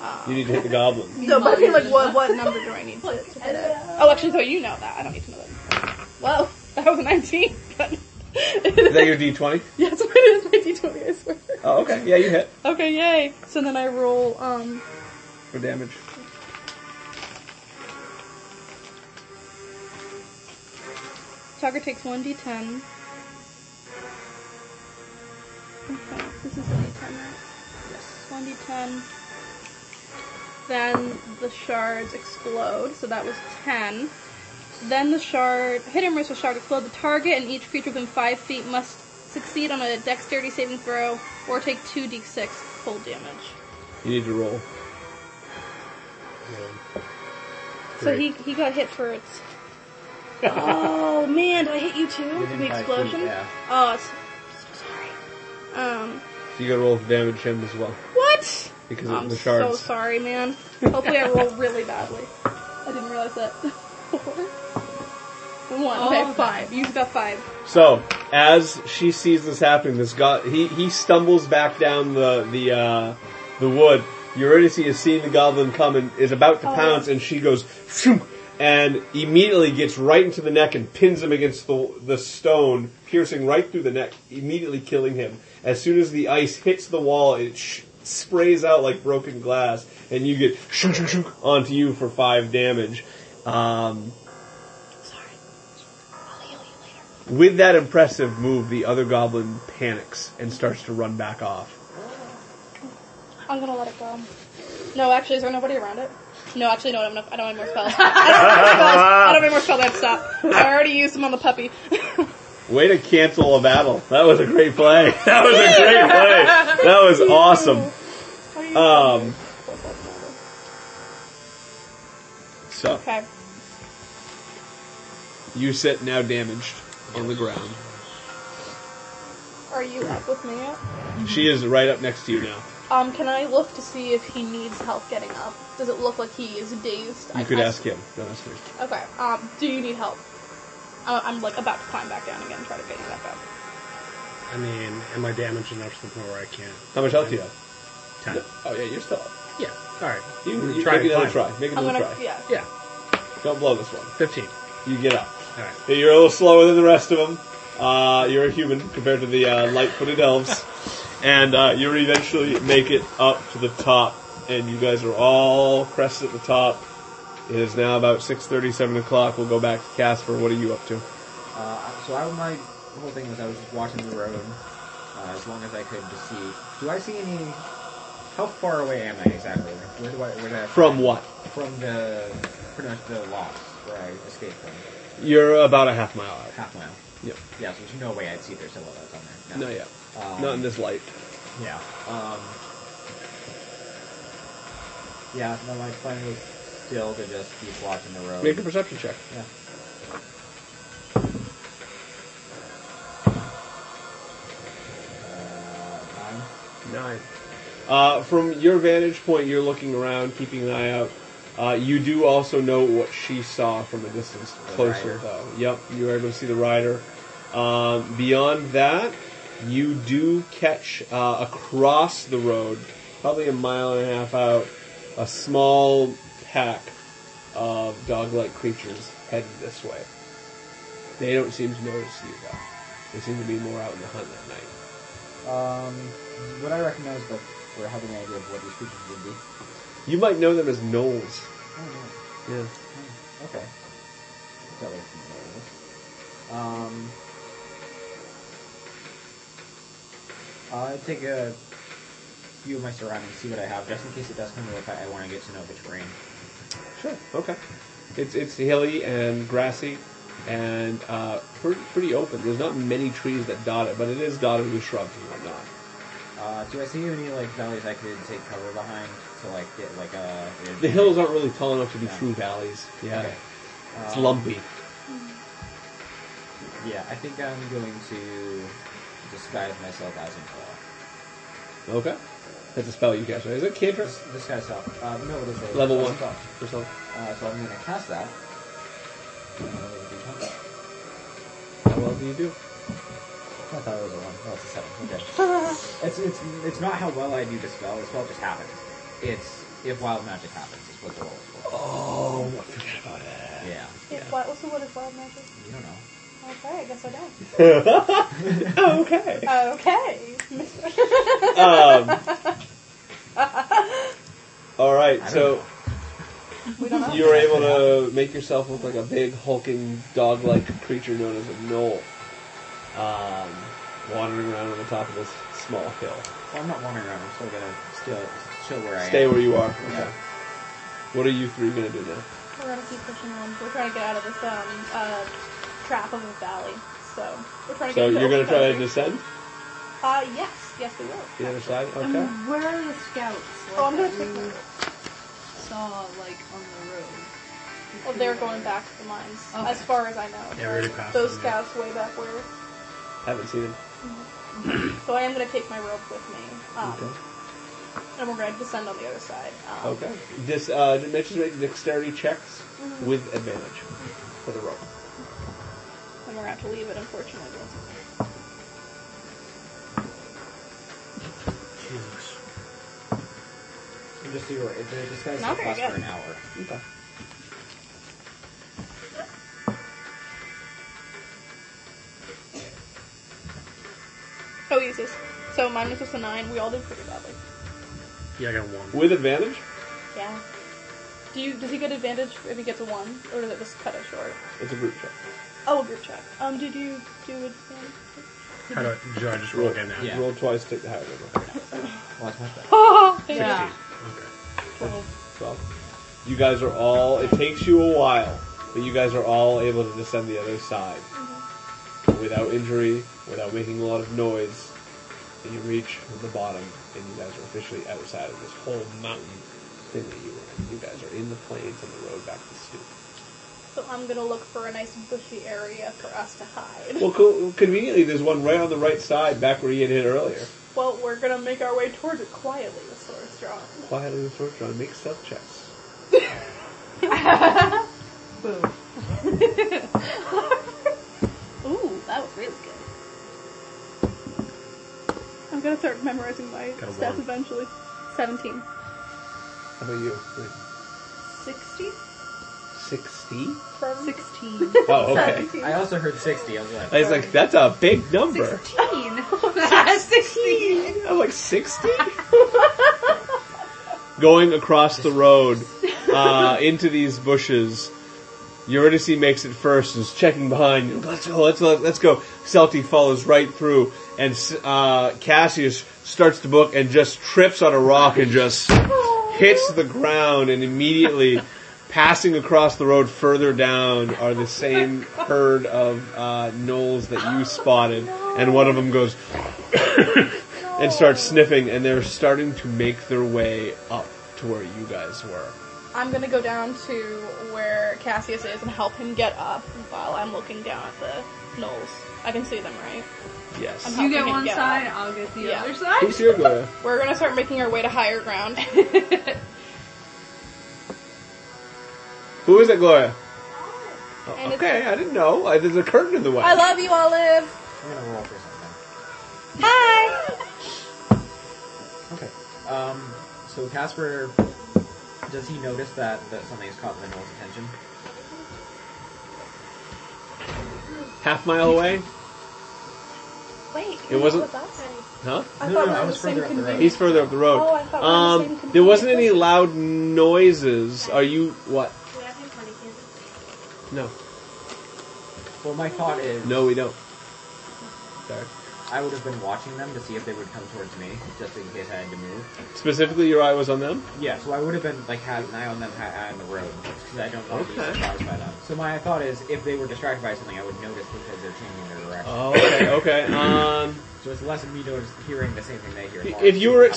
Speaker 2: Uh,
Speaker 1: You need to hit the goblin.
Speaker 2: No, but I mean, like, what what number do I need to, to hit it? Oh, actually, so you know that. I don't need to know that. Well, that was a 19, but
Speaker 1: Is that your d20?
Speaker 2: yeah, that's what it is. My d20, I swear.
Speaker 1: Oh, okay. Yeah, you hit
Speaker 2: Okay, yay! So then I roll. Um,
Speaker 1: for damage.
Speaker 2: Tucker takes one d10. Okay, this is one d10, right? Yes. One d10. Then the shards explode, so that was 10. Then the shard, hit and miss with shard explode. The target and each creature within 5 feet must succeed on a dexterity saving throw or take 2d6 full damage.
Speaker 1: You need to roll.
Speaker 2: So he, he got hit for its. oh man, did I hit you too? With
Speaker 4: Within
Speaker 2: the
Speaker 4: five
Speaker 2: explosion?
Speaker 4: feet, yeah.
Speaker 2: Oh, it's, so sorry. Um,
Speaker 1: So you got to roll for damage him as well
Speaker 2: what?
Speaker 1: because
Speaker 2: I'm
Speaker 1: of the
Speaker 2: so
Speaker 1: shards.
Speaker 2: sorry, man. Hopefully, I roll really badly. I didn't realize that. Four. One. Oh, Okay, five. You've got five.
Speaker 1: So, as she sees this happening, this guy he he stumbles back down the the uh, the wood. Eurydice is seeing the goblin come and is about to
Speaker 2: Oh,
Speaker 1: pounce, and she goes Phew! and immediately gets right into the neck and pins him against the the stone, piercing right through the neck, immediately killing him. As soon as the ice hits the wall, it sh- sprays out like broken glass, and you get shunk, shunk, shunk onto you for five damage. Um, With that impressive move, the other goblin panics and starts to run back off.
Speaker 2: I'm gonna let it go. No, actually, is there nobody around it? No, actually, no. I don't have, I don't have more spells. I don't have more spells. I don't have more spells. I have to stop. I already used them on the puppy.
Speaker 1: Way to cancel a battle. That was a great play. That was a great play. That was awesome. Um, so,
Speaker 2: okay.
Speaker 1: you sit now damaged on the ground.
Speaker 2: Are you up with me yet?
Speaker 1: She is right up next to you now.
Speaker 2: Um, can I look to see if he needs help getting up? Does it look like he is dazed?
Speaker 1: You
Speaker 2: I-
Speaker 1: could
Speaker 2: I-
Speaker 1: ask him. Don't ask me.
Speaker 2: Okay. Um, do you need help? Uh, I'm like about to climb back down again and try to get you back up.
Speaker 5: I mean, am I damaged enough to the point where I can't?
Speaker 1: How much health do you have?
Speaker 5: Ten.
Speaker 1: Oh yeah, you're still up.
Speaker 5: Yeah. All right.
Speaker 1: You,
Speaker 5: I'm gonna
Speaker 1: you
Speaker 5: try
Speaker 1: make
Speaker 5: and
Speaker 1: another
Speaker 5: climb.
Speaker 1: try. Make
Speaker 2: I'm
Speaker 1: another
Speaker 2: gonna
Speaker 1: try.
Speaker 2: yeah.
Speaker 5: Yeah.
Speaker 1: Don't blow this one.
Speaker 5: Fifteen.
Speaker 1: You get up.
Speaker 5: All right.
Speaker 1: Hey, You're a little slower than the rest of them. Uh, you're a human compared to the uh, light-footed elves, and uh, you eventually make it up to the top. And you guys are all crested at the top. It is now about six thirty, seven o'clock. We'll go back to Casper. What are you up to?
Speaker 4: Uh, so I, my whole thing was I was just watching the road uh, as long as I could to see. Do I see any? How far away am I exactly? Like, where do I? Where do I?
Speaker 1: From what?
Speaker 4: From the pretty much the loss where I escaped from.
Speaker 1: You're about a half mile out.
Speaker 4: Half mile.
Speaker 1: Yep.
Speaker 4: Yeah. So there's no way I'd see their silhouettes on there.
Speaker 1: No, yeah.
Speaker 4: Um,
Speaker 1: Not in this light.
Speaker 4: Yeah. Um, yeah. No, my plan was still to just keep watching the road.
Speaker 1: Make a perception check.
Speaker 4: yeah. Uh, nine.
Speaker 1: Nine. Uh, from your vantage point, you're looking around, keeping an eye out. Uh, you do also know what she saw from a distance, closer
Speaker 4: rider.
Speaker 1: though. Yep, you are able to see the rider. Um, beyond that, you do catch uh, across the road, probably a mile and a half out, a small pack of dog-like creatures headed this way. They don't seem to notice you though. They seem to be more out in the hunt that night.
Speaker 4: Um, would I recognize the for having an idea of what these creatures would be.
Speaker 1: You might know them as gnolls.
Speaker 4: Oh, no.
Speaker 1: Yeah.
Speaker 4: Hmm, Okay. Got away from those. Um, I'll take a view of my surroundings, see what I have, just in case it does come to a fight. I want to get to know the terrain.
Speaker 1: Sure. Okay. It's it's hilly and grassy, and uh, pretty pretty open. There's not many trees that dot it, but it is dotted with shrubs and whatnot.
Speaker 4: Uh, do I see any like valleys I could take cover behind to like get like a?
Speaker 1: The hills aren't really tall enough to be
Speaker 4: Yeah.
Speaker 1: true valleys. Yeah.
Speaker 4: Okay.
Speaker 1: It's
Speaker 4: Um,
Speaker 1: lumpy.
Speaker 4: Yeah, I think I'm going to disguise myself as an elf.
Speaker 1: Okay. That's a spell you cast, right? Is it cantrip?
Speaker 4: Dis- Disguise self. Uh, no, it is a
Speaker 1: Level
Speaker 4: it's a
Speaker 1: one.
Speaker 4: spell.
Speaker 1: Or something.
Speaker 4: Uh, so I'm going to cast that.
Speaker 1: How well do you do?
Speaker 4: I thought it was a one. Oh, it's a seven. Okay. it's, it's, it's not how well I do the spell. The spell just happens. It's if wild magic happens. Is what the roll is for.
Speaker 1: Oh, I forgot about
Speaker 4: Yeah.
Speaker 2: Yeah. What, also, what is wild magic?
Speaker 4: You don't know.
Speaker 2: Okay, I guess I
Speaker 1: it.
Speaker 2: don't.
Speaker 1: okay.
Speaker 2: Okay.
Speaker 1: Um, all
Speaker 4: I
Speaker 1: right,
Speaker 4: don't
Speaker 1: so
Speaker 4: know.
Speaker 2: we don't know.
Speaker 1: you were able to make yourself look like a big hulking dog-like creature known as a knoll, um, wandering around on the top of this small hill.
Speaker 4: Well, I'm not wandering around. I'm still gonna still chill where I
Speaker 1: Stay
Speaker 4: am.
Speaker 1: where you are.
Speaker 4: Yeah.
Speaker 1: Okay. What are you three gonna do now?
Speaker 2: We're gonna keep pushing on. We're trying to get out of this um uh, trap of a valley. So we're trying to
Speaker 1: So
Speaker 2: get. into
Speaker 1: you're gonna
Speaker 2: open
Speaker 1: try to
Speaker 2: country.
Speaker 1: descend
Speaker 2: Uh, yes, yes we will.
Speaker 1: the other side.
Speaker 3: Um,
Speaker 6: And
Speaker 1: Okay.
Speaker 6: where are the scouts? Like,
Speaker 2: Oh, I'm gonna
Speaker 6: that
Speaker 2: take.
Speaker 6: we
Speaker 2: my-
Speaker 6: saw like on the road.
Speaker 2: Well, Oh, they're going back to the mines,
Speaker 6: Okay.
Speaker 2: as far as I know.
Speaker 5: Yeah, we already passed
Speaker 2: Those
Speaker 5: them, yeah.
Speaker 2: scouts way back where.
Speaker 1: Haven't seen him.
Speaker 2: So I am gonna take my rope with me. Um,
Speaker 1: Okay.
Speaker 2: And we're gonna descend on the other side. Um,
Speaker 1: Okay. This uh, Mitch is making dexterity checks with advantage for the roll.
Speaker 2: And we're gonna have to leave it, unfortunately.
Speaker 5: Jesus.
Speaker 4: And just see where it, the disguise
Speaker 2: Not
Speaker 4: self
Speaker 2: very
Speaker 4: lasts for
Speaker 2: good.
Speaker 4: an hour.
Speaker 1: Okay.
Speaker 2: Oh, uses. So mine was just a nine. We all did pretty badly.
Speaker 5: Yeah, I got one.
Speaker 1: With advantage?
Speaker 2: Yeah. Do you? Does he get advantage if he gets a one, or does it just cut it short?
Speaker 1: It's a group check.
Speaker 2: Oh, a group check. Um, did you do advantage?
Speaker 5: How do I, do I just roll again now?
Speaker 4: Yeah.
Speaker 1: Roll twice, take the higher number.
Speaker 4: Well, it's much better.
Speaker 2: Oh,
Speaker 6: Yeah.
Speaker 5: Okay.
Speaker 1: So, you guys are all. It takes you a while, but you guys are all able to descend the other side without injury, without making a lot of noise. And you reach the bottom, and you guys are officially outside of this whole mountain thing that you were in. You guys are in the plains on the road back to Stoop.
Speaker 2: So I'm gonna look for a nice bushy area for us to hide.
Speaker 1: Well, co- conveniently, there's one right on the right side, back where you had hit earlier.
Speaker 2: Well, we're gonna make our way towards it quietly with sword strong.
Speaker 1: Quietly and Sorcerer, make stealth checks.
Speaker 6: Boom.
Speaker 2: Ooh, that was really good. I'm gonna start memorizing my
Speaker 5: Got a
Speaker 2: stats
Speaker 5: one.
Speaker 2: eventually. Seventeen.
Speaker 1: How about you?
Speaker 6: Sixty?
Speaker 1: 60?
Speaker 2: From
Speaker 6: Sixteen.
Speaker 1: Oh, okay.
Speaker 2: seventeen.
Speaker 4: I also heard 60. I was like,
Speaker 1: I was like, that's a big number.
Speaker 6: Sixteen. Sixteen.
Speaker 1: I'm like, 60? Going across the road uh, into these bushes, Eurydice makes it first and is checking behind. him. Let's go, let's, let's, let's go. Selty follows right through, and uh, Cassius starts to book and just trips on a rock and just hits the ground, and immediately passing across the road further down are the same herd of uh, gnolls that you spotted, and one of them goes and starts sniffing, and they're starting to make their way up to where you guys were.
Speaker 2: I'm gonna go down to where Cassius is and help him get up while I'm looking down at the knolls. I can see them, right?
Speaker 1: Yes.
Speaker 2: Uh-huh.
Speaker 6: You get
Speaker 2: Okay,
Speaker 6: one
Speaker 2: yeah.
Speaker 6: side, I'll get the
Speaker 2: Yeah.
Speaker 6: other side.
Speaker 1: Who's here, Gloria?
Speaker 2: We're gonna start making our way to higher ground.
Speaker 1: Who is it, Gloria? Oh, okay, I didn't know. I, there's a curtain in the way.
Speaker 2: I love you, Olive.
Speaker 4: I'm going to roll for something.
Speaker 2: Hi.
Speaker 4: Okay. Um, so Casper, does he notice that, that something has caught the Noel's attention?
Speaker 1: Half mile away.
Speaker 2: Wait.
Speaker 1: It wasn't-
Speaker 2: With us?
Speaker 1: Huh?
Speaker 2: I
Speaker 4: No,
Speaker 2: thought
Speaker 4: no,
Speaker 2: we
Speaker 4: I
Speaker 2: were
Speaker 4: was
Speaker 2: the same
Speaker 4: further up the road.
Speaker 2: convenience.
Speaker 1: He's further up the road.
Speaker 2: Oh, I thought we were the same
Speaker 1: um,
Speaker 2: convenience
Speaker 1: there wasn't any
Speaker 2: store.
Speaker 1: loud noises. Are you what?
Speaker 7: Do we have any funny kids?
Speaker 1: No,
Speaker 4: Well, my thought is,
Speaker 1: no, we don't. Sorry.
Speaker 4: I would have been watching them to see if they would come towards me, just in case I had to move.
Speaker 1: Specifically, your eye was on them.
Speaker 4: Yeah, so I would have been like had an eye on them, had an eye on the road, because I don't want to
Speaker 1: Okay.
Speaker 4: be surprised by them. So my thought is, if they were distracted by something, I would notice because they're changing their direction.
Speaker 1: Oh, okay, okay. Um,
Speaker 4: so it's less of me notice hearing the same thing they hear. and more
Speaker 1: if you were
Speaker 4: seeing how they react.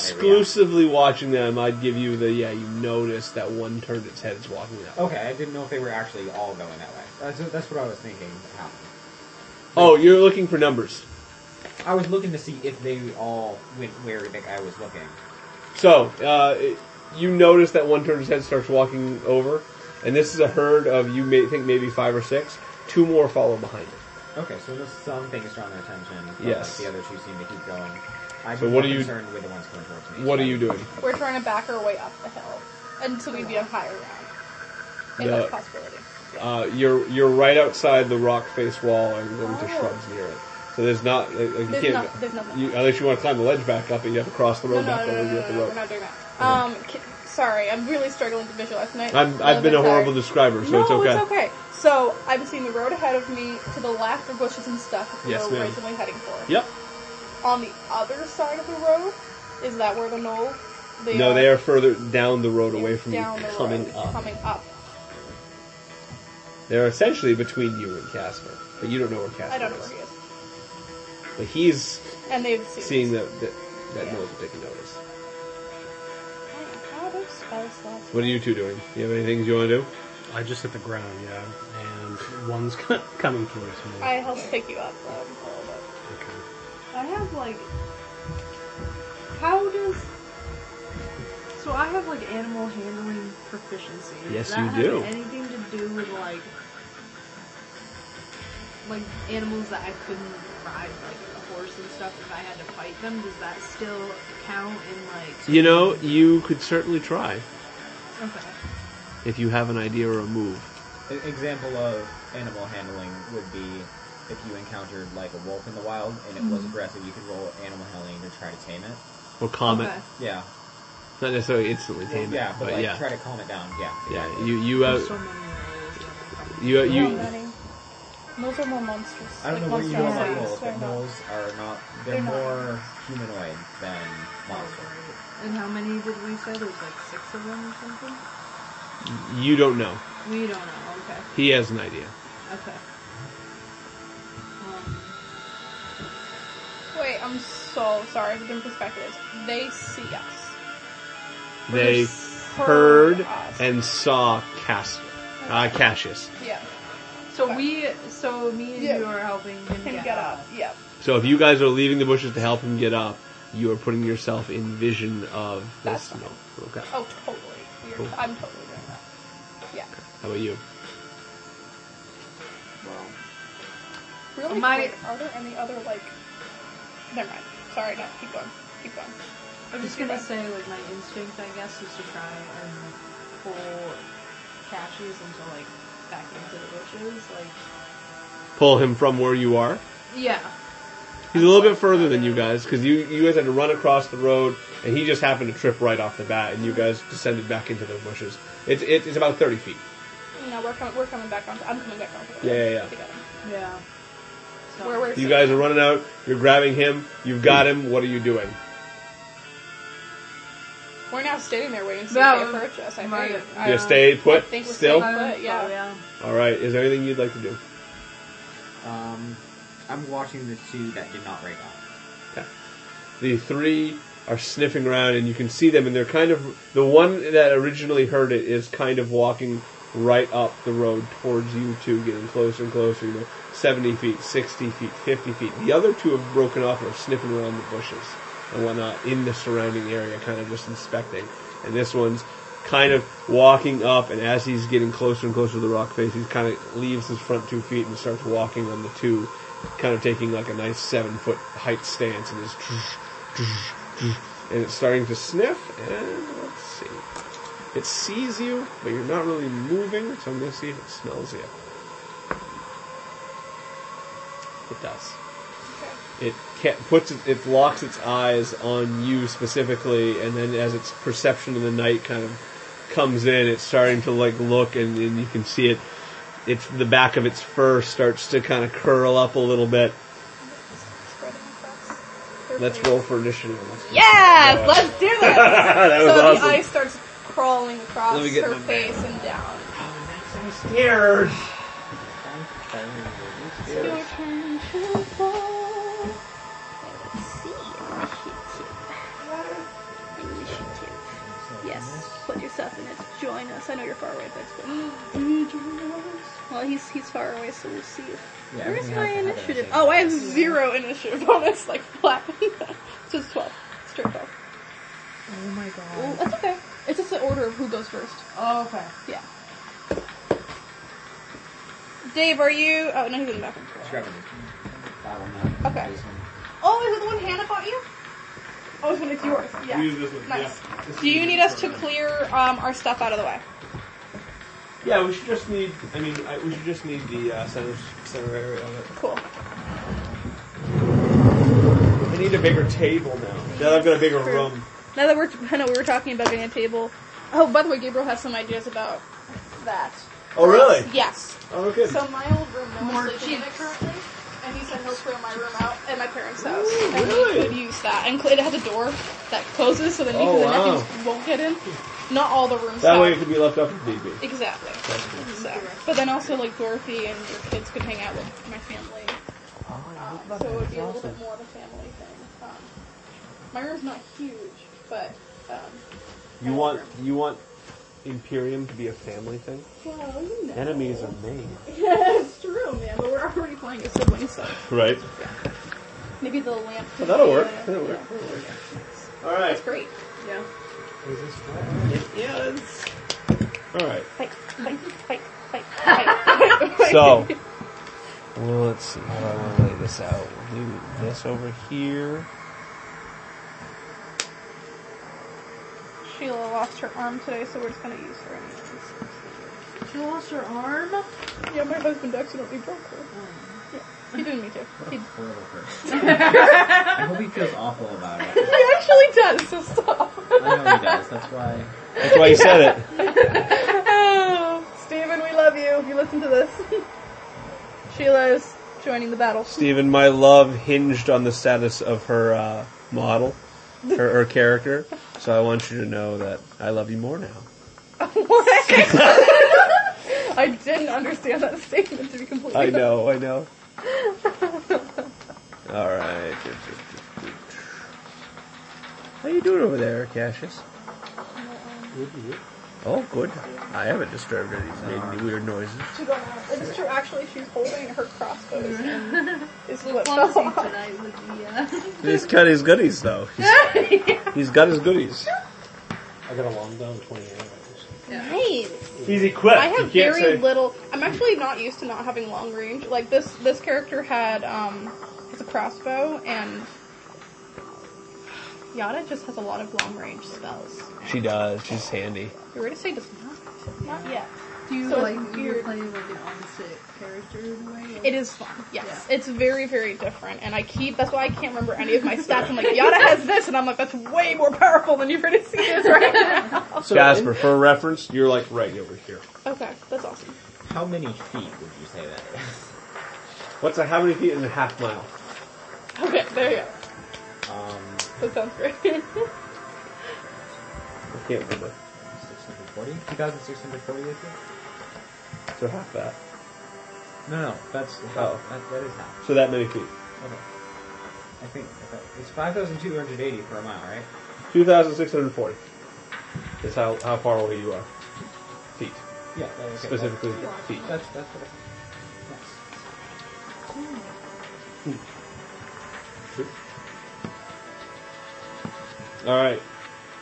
Speaker 1: exclusively watching them, I'd give you the yeah. You noticed that one turned its head, it's walking up.
Speaker 4: Okay, I didn't know if they were actually all going that way. That's, that's what I was thinking happened.
Speaker 1: Oh, you're looking for numbers.
Speaker 4: I was looking to see if they all went where the guy was looking.
Speaker 1: So, uh, it- you notice that one turns his head, starts walking over, and this is a herd of you may think maybe five or six. Two more follow behind it.
Speaker 4: Okay, so there's something that's drawing their attention. but,
Speaker 1: Yes.
Speaker 4: Like, the other two seem to keep going. I'm
Speaker 1: So what
Speaker 4: more
Speaker 1: are you-
Speaker 4: concerned with the ones coming towards me.
Speaker 1: What are you doing?
Speaker 2: We're trying to back our way up the hill until we be on higher ground. If
Speaker 1: No.
Speaker 2: that's a possibility.
Speaker 1: Uh, you're you're right outside the rock face wall and going to shrubs near it. So there's not like, like, you
Speaker 2: There's
Speaker 1: can't
Speaker 2: no- there's nothing.
Speaker 1: you, unless you want to climb the ledge back up, and you have to cross the
Speaker 2: No,
Speaker 1: road
Speaker 2: no,
Speaker 1: back
Speaker 2: no, no,
Speaker 1: over
Speaker 2: no,
Speaker 1: to get the
Speaker 2: no, we're
Speaker 1: road.
Speaker 2: not doing that. Um, ki- sorry, I'm really struggling to visualize tonight.
Speaker 1: I'm, I've been a
Speaker 2: Really
Speaker 1: horrible
Speaker 2: sorry.
Speaker 1: describer, so
Speaker 2: no,
Speaker 1: it's okay.
Speaker 2: So I'm seeing the road ahead of me to the left of bushes and stuff we
Speaker 1: Yes,
Speaker 2: were
Speaker 1: ma'am.
Speaker 2: originally heading for.
Speaker 1: Yep.
Speaker 2: On the other side of the road, is that where the knoll? They
Speaker 1: no, they are further down the road away from you,
Speaker 2: down the
Speaker 1: coming
Speaker 2: road,
Speaker 1: up.
Speaker 2: Coming up.
Speaker 1: They're essentially between you and Casper, but you don't know where Casper
Speaker 2: I don't know
Speaker 1: is.
Speaker 2: where he is,
Speaker 1: But he's
Speaker 2: and they've seen.
Speaker 1: seeing
Speaker 2: this.
Speaker 1: that that, that
Speaker 2: Yeah.
Speaker 1: knows will take notice.
Speaker 2: How do spells last?
Speaker 1: What are you two doing? Do you have any things you want to do?
Speaker 5: I just hit the ground, yeah, and one's coming towards me.
Speaker 2: I helped pick you up. Um, a little bit.
Speaker 5: Okay.
Speaker 6: I have like. How does
Speaker 3: So I have like animal handling proficiency. Does
Speaker 1: Yes,
Speaker 3: that
Speaker 1: you do.
Speaker 3: Have anything to do with like like animals that I couldn't ride, like a horse and stuff. If I had to fight them, does that still count in like?
Speaker 1: You know, you could certainly try
Speaker 3: Okay.
Speaker 1: if you have an idea or a move.
Speaker 4: An E, example of animal handling would be if you encountered like a wolf in the wild and it was aggressive, you could roll animal handling to try to tame it.
Speaker 1: Or calm
Speaker 3: Okay.
Speaker 1: it.
Speaker 4: Yeah.
Speaker 1: Not necessarily instantly tame
Speaker 4: yeah,
Speaker 1: it,
Speaker 4: but,
Speaker 1: but,
Speaker 4: like
Speaker 1: yeah.
Speaker 4: try to calm it down. Yeah.
Speaker 1: yeah,
Speaker 4: exactly.
Speaker 1: you you
Speaker 3: There's so
Speaker 1: uh,
Speaker 3: many ways.
Speaker 1: you
Speaker 2: You,
Speaker 1: you
Speaker 2: Those are more monstrous.
Speaker 4: I don't
Speaker 2: like
Speaker 4: know where you
Speaker 2: monster
Speaker 4: go
Speaker 2: eyes,
Speaker 4: about moles,
Speaker 2: they're
Speaker 4: but
Speaker 2: not.
Speaker 4: moles are not. They're,
Speaker 2: They're not.
Speaker 4: more humanoid than monster.
Speaker 3: And how many did we say? There's like six of them or something.
Speaker 1: you don't know.
Speaker 3: We don't know. Okay.
Speaker 1: He has an idea.
Speaker 3: Okay. Um,
Speaker 2: Wait, I'm so sorry for different perspectives. They see us.
Speaker 1: They
Speaker 2: heard
Speaker 1: heard
Speaker 2: us.
Speaker 1: and saw Cas- uh, Cassius.
Speaker 2: Yeah.
Speaker 3: so we, so me and
Speaker 2: Yeah.
Speaker 3: you are helping him,
Speaker 2: Him get up. Yeah.
Speaker 1: So if you guys are leaving the bushes to help him get up, you are putting yourself in vision of
Speaker 2: That's
Speaker 1: this.
Speaker 2: fine.
Speaker 1: No. Okay.
Speaker 2: Oh, totally. You're,
Speaker 1: Cool.
Speaker 2: I'm totally doing that. Yeah.
Speaker 1: How about you?
Speaker 2: Really
Speaker 3: Am I-
Speaker 2: quick, are there any other, like... Never mind. Sorry, no. Keep going. Keep going.
Speaker 3: I'm just gonna say, like, my instinct, I guess, is to try and pull Cassius into, like, back into the bushes. Like,
Speaker 1: Pull him from where you are.
Speaker 3: yeah.
Speaker 1: He's a little bit further than you guys because you you guys had to run across the road, and he just happened to trip right off the bat, and you guys descended back into the bushes. It's it, it's about thirty feet.
Speaker 2: No, we're coming, we're coming back on... I'm coming back on.
Speaker 1: Yeah, yeah, yeah.
Speaker 2: Together.
Speaker 3: Yeah. So,
Speaker 2: Where we're
Speaker 1: You guys are running out. You're grabbing him. You've got him. What are you doing?
Speaker 2: We're now standing there waiting to see
Speaker 3: Yeah,
Speaker 2: if they
Speaker 3: we-
Speaker 2: approach us, I
Speaker 3: might-
Speaker 2: think.
Speaker 3: I
Speaker 1: You
Speaker 3: don't-
Speaker 1: stay put.
Speaker 2: I think we're
Speaker 1: Still.
Speaker 2: staying-
Speaker 3: I don't
Speaker 2: Yeah.
Speaker 3: know, Oh, yeah.
Speaker 1: All right. Is there anything you'd like to do?
Speaker 4: Um, I'm watching the two that did not break off.
Speaker 1: The three are sniffing around, and you can see them, and they're kind of the one that originally heard it is kind of walking right up the road towards you two, getting closer and closer. You know, seventy feet, sixty feet, fifty feet. The other two have broken off and are sniffing around the bushes and whatnot in the surrounding area, kind of just inspecting. And this one's kind of walking up, and as he's getting closer and closer to the rock face, he kind of leaves his front two feet and starts walking on the two, kind of taking like a nice seven foot height stance, and is and it's starting to sniff. And let's see, it sees you, but you're not really moving, so I'm gonna see if it smells you. It does. It ca- puts it, it locks its eyes on you specifically, and then as its perception of the night kind of comes in, it's starting to like look, and, and you can see it. It's the back of its fur starts to kind of curl up a little bit.
Speaker 2: Spreading across.
Speaker 1: Let's roll for initiative.
Speaker 2: Yes, let's do this.
Speaker 1: that was
Speaker 2: so the
Speaker 1: awesome.
Speaker 2: ice starts crawling across
Speaker 1: Let me get
Speaker 2: her
Speaker 1: my map.
Speaker 2: face and down.
Speaker 1: Scared.
Speaker 2: Your turn to roll. Let's see. Initiative. Initiative. Yes. Put yourself in it. Join us. I know you're far away, but it's Well, he's he's far away, so we'll see. If...
Speaker 4: Yeah,
Speaker 2: Where's
Speaker 4: everything
Speaker 2: my
Speaker 4: else I have it
Speaker 2: initiative?
Speaker 4: saved.
Speaker 2: Oh, I have zero initiative bonus, like flat. Just twelve. Straight twelve.
Speaker 3: Oh my
Speaker 2: Well,
Speaker 3: god.
Speaker 2: that's okay. It's just the order of who goes first.
Speaker 3: Oh, okay.
Speaker 2: Yeah. Dave, are you? Oh no, he's in the bathroom.
Speaker 4: Just grab it. That one, that
Speaker 2: Okay.
Speaker 4: this one.
Speaker 2: Oh, is it the one Hannah bought you? Oh, it's when it's yours. Yeah.
Speaker 5: Use this one.
Speaker 2: Nice.
Speaker 5: Yeah. This
Speaker 2: Do you
Speaker 5: is
Speaker 2: need us to clear um, our stuff out of the way?
Speaker 1: Yeah, we should just need. I mean, I, we should just need the uh, center center area of it.
Speaker 2: Cool.
Speaker 1: I need a bigger table now. Now that I've got a bigger
Speaker 2: True.
Speaker 1: room.
Speaker 2: Now that we're, I know we were talking about getting a table. Oh, by the way, Gabriel has some ideas about that.
Speaker 1: Oh, really?
Speaker 2: Yes.
Speaker 1: Oh, good.
Speaker 2: So my old room, no
Speaker 3: More
Speaker 2: one's sleeping in it
Speaker 3: cheeks.
Speaker 2: currently, and he said he'll clear my room out at my parents' house,
Speaker 1: Ooh,
Speaker 2: and
Speaker 1: really?
Speaker 2: we could use that. And it has a door that closes, so the nieces
Speaker 1: Oh,
Speaker 2: and
Speaker 1: wow.
Speaker 2: nephews won't get in. Not all the rooms.
Speaker 1: that
Speaker 2: have.
Speaker 1: way it can be left up to DB.
Speaker 2: Exactly. So, but then also like Dorothy and your kids could hang out with my family, um, so it would be a little bit more of a family thing. Um, my room's not huge, but um,
Speaker 1: You want you want Imperium to be a family thing?
Speaker 2: well, you know.
Speaker 1: Enemies are made.
Speaker 2: it's true, man. But we're already playing as siblings, so
Speaker 1: Right.
Speaker 2: maybe the lamp.
Speaker 1: Well, Oh, that'll
Speaker 2: could be,
Speaker 1: work.
Speaker 2: uh,
Speaker 1: That'll work.
Speaker 2: yeah.
Speaker 1: All right.
Speaker 2: That's great.
Speaker 3: Yeah.
Speaker 1: Yes. All right.
Speaker 2: Fight, fight, fight, fight, fight, fight.
Speaker 1: So, well, let's see how do I want to lay this out. We'll do this over here.
Speaker 2: Sheila lost her arm today, so we're just gonna use her anyways.
Speaker 3: She lost her arm?
Speaker 2: Yeah, my husband accidentally broke her. Yeah, he didn't mean to. He,
Speaker 4: Horrible person. I hope he feels awful about it.
Speaker 2: he actually does. So stop.
Speaker 4: I know he does. That's why.
Speaker 1: That's why you said it.
Speaker 2: oh, Steven, we love you. You listen to this. Sheila is joining the battle.
Speaker 1: Stephen, my love hinged on the status of her uh, model, her, her character. So I want you to know that I love you more now.
Speaker 2: I didn't understand that statement to be completely.
Speaker 1: I know, I know. All right. How you doing over there, Cassius? Oh, good. I haven't disturbed her. He's made any weird noises.
Speaker 2: She's on a- It's true. Actually, she's holding her crossbows. and Is what fell
Speaker 3: Fantasy
Speaker 2: off.
Speaker 3: tonight would be, uh,
Speaker 1: He's got his goodies, though. He's, he's got his goodies.
Speaker 5: I got a long gun, 20 arrows.
Speaker 3: yeah.
Speaker 2: Nice.
Speaker 1: He's equipped.
Speaker 2: I have very little. I'm actually not used to not having long range. Like this, this character had um, it's a crossbow, and Yada just has a lot of long range spells.
Speaker 1: She does. She's handy.
Speaker 2: Eurydase does not. Not yet.
Speaker 3: Do you
Speaker 2: So it's
Speaker 3: like
Speaker 2: weird.
Speaker 3: you're playing like an on-stick character in a way?
Speaker 2: It is fun. Yes, it's very very different, and I keep. That's why I can't remember any of my stats. I'm like Yada has this, and I'm like that's way more powerful than Eurydice is right now.
Speaker 1: Jasper, for reference, you're like right over here.
Speaker 2: Okay, that's awesome.
Speaker 4: How many feet would you say that is?
Speaker 1: What's a how many feet in a half mile?
Speaker 2: Okay, there you go.
Speaker 4: Um,
Speaker 2: That sounds great.
Speaker 1: I can't remember.
Speaker 4: 640? 2,640 is it?
Speaker 1: So half that.
Speaker 4: No, no, that's
Speaker 1: Oh.
Speaker 4: that, that is half.
Speaker 1: So that many feet.
Speaker 4: Okay. I think I thought- it's 5,280 for a mile, right?
Speaker 1: 2,640 is how, how far away you are. Feet.
Speaker 4: Yeah, that is
Speaker 1: Specifically feet.
Speaker 4: That's that's what. I,
Speaker 1: Alright.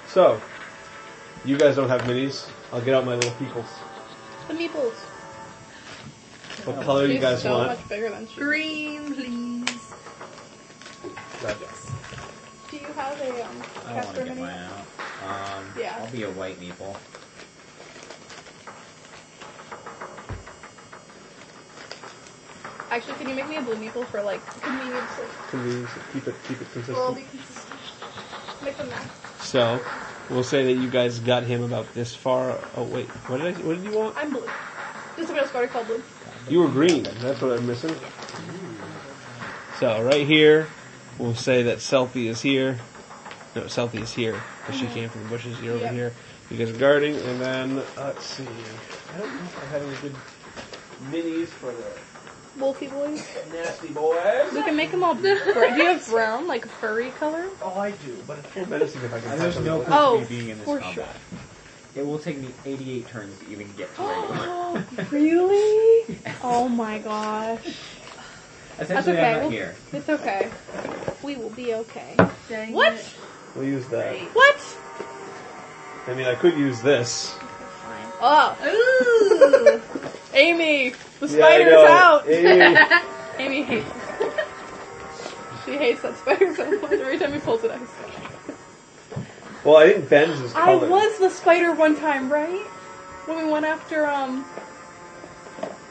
Speaker 1: So, you guys don't have minis. I'll get out my little peoples.
Speaker 2: the meeples.
Speaker 1: What color you
Speaker 2: She's
Speaker 1: guys
Speaker 2: Oh, so
Speaker 1: want?
Speaker 2: much bigger than she.
Speaker 3: Green, please.
Speaker 2: Do you have a um,
Speaker 4: I don't want
Speaker 2: Casper
Speaker 4: to get
Speaker 2: mini?
Speaker 4: mine out. Um,
Speaker 2: Yeah.
Speaker 4: I'll be a white meeple.
Speaker 2: Actually, can you make me a blue meeple for like convenience?
Speaker 1: Convenience. Keep it, keep it
Speaker 2: We'll all
Speaker 1: consistent.
Speaker 2: be consistent. Make them that.
Speaker 1: So, we'll say that you guys got him about this far. Oh wait, what did I? What did you want?
Speaker 2: I'm blue. This is what I was called blue.
Speaker 1: You were green. That's what I'm missing. So right here, we'll say that Selfie is here. No, Selfie is here, but she came from the bushes. You're
Speaker 2: Mm-hmm. Yep.
Speaker 1: over here. You guys are guarding, and then uh, let's see. I don't know if I have any good minis for the
Speaker 2: Wolfy boys.
Speaker 1: nasty boys.
Speaker 2: We can make them all. Do you have brown, like furry color?
Speaker 1: Oh, I do, but it's menacing if I can.
Speaker 4: And
Speaker 1: find
Speaker 4: there's
Speaker 1: something
Speaker 4: no
Speaker 1: with it.
Speaker 4: point
Speaker 2: Oh,
Speaker 4: to me being in this
Speaker 2: for
Speaker 4: combat. It will take me 88 turns to even get to where you are.
Speaker 2: Oh, really? Oh my gosh.
Speaker 4: Essentially,
Speaker 2: okay,
Speaker 4: I'm
Speaker 2: we'll-
Speaker 4: not here.
Speaker 2: It's okay. We will be okay.
Speaker 6: Dang
Speaker 2: What?
Speaker 6: it.
Speaker 1: We'll use that.
Speaker 2: What?
Speaker 1: I mean, I could use this.
Speaker 2: Oh,
Speaker 6: Ooh!
Speaker 2: Amy, the spider's out. Amy hates the spider. She hates that spider so much. Every time he pulls it out. he's like,
Speaker 1: well, I think Ben's is
Speaker 2: I
Speaker 1: colored.
Speaker 2: was the spider one time, right? When we went after um,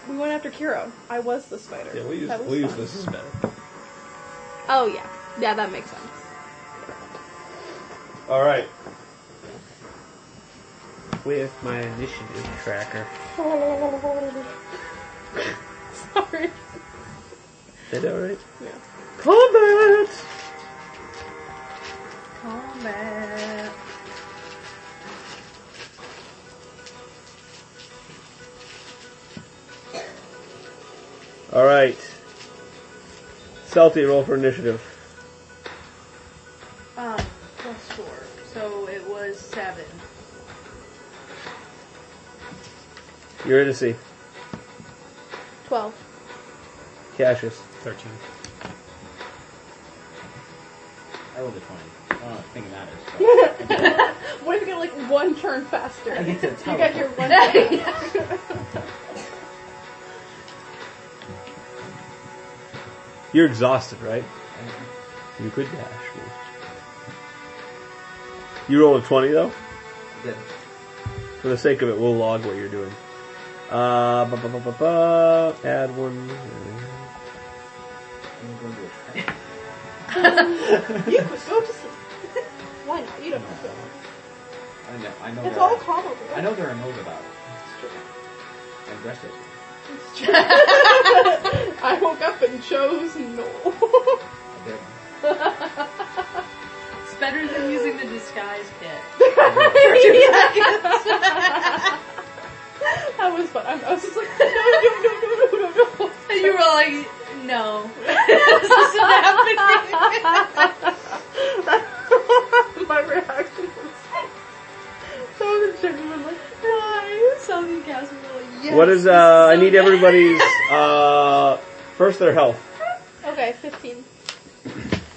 Speaker 2: we went after Kiro. I was the spider.
Speaker 1: Yeah, we'll use,
Speaker 2: That was
Speaker 1: we'll use
Speaker 2: fun.
Speaker 1: this is better.
Speaker 2: Oh yeah, yeah, that makes sense.
Speaker 1: All right. With my initiative tracker,
Speaker 2: Sorry.
Speaker 1: is that all right?
Speaker 2: Yeah.
Speaker 1: Combat.
Speaker 3: Combat.
Speaker 1: All right. Selfie, roll for initiative.
Speaker 3: Um, plus four. So it was seven.
Speaker 1: Eurydice,
Speaker 2: Twelve.
Speaker 1: Cassius,
Speaker 5: 13.
Speaker 4: I rolled a 20. I don't know if thinking matters.
Speaker 2: What if you get like one turn faster?
Speaker 4: I get
Speaker 2: You
Speaker 4: to
Speaker 2: got your
Speaker 4: teleport.
Speaker 2: one. turn.
Speaker 1: you're exhausted, right? You could dash. You rolled a twenty though.
Speaker 4: Good.
Speaker 1: For the sake of it, we'll log what you're doing. Uh, ba ba ba ba ba. Add one.
Speaker 4: I'm going to do it.
Speaker 2: you could go to sleep. Why not? You don't have to.
Speaker 4: I know, I know
Speaker 2: It's
Speaker 4: there are-
Speaker 2: all complicated.
Speaker 4: I know there are no's about it. I addressed it.
Speaker 2: I woke up and chose no.
Speaker 4: I did.
Speaker 3: It's better than using the disguise pit.
Speaker 2: that was fun. I I was just like, no, no, no, no, no, no, no.
Speaker 3: And you were like, no. this isn't happening.
Speaker 2: My reaction was so the gentleman like,
Speaker 3: Why? Something cast me like, yes.
Speaker 1: What is uh? I need everybody's uh. First, their health.
Speaker 2: okay, fifteen.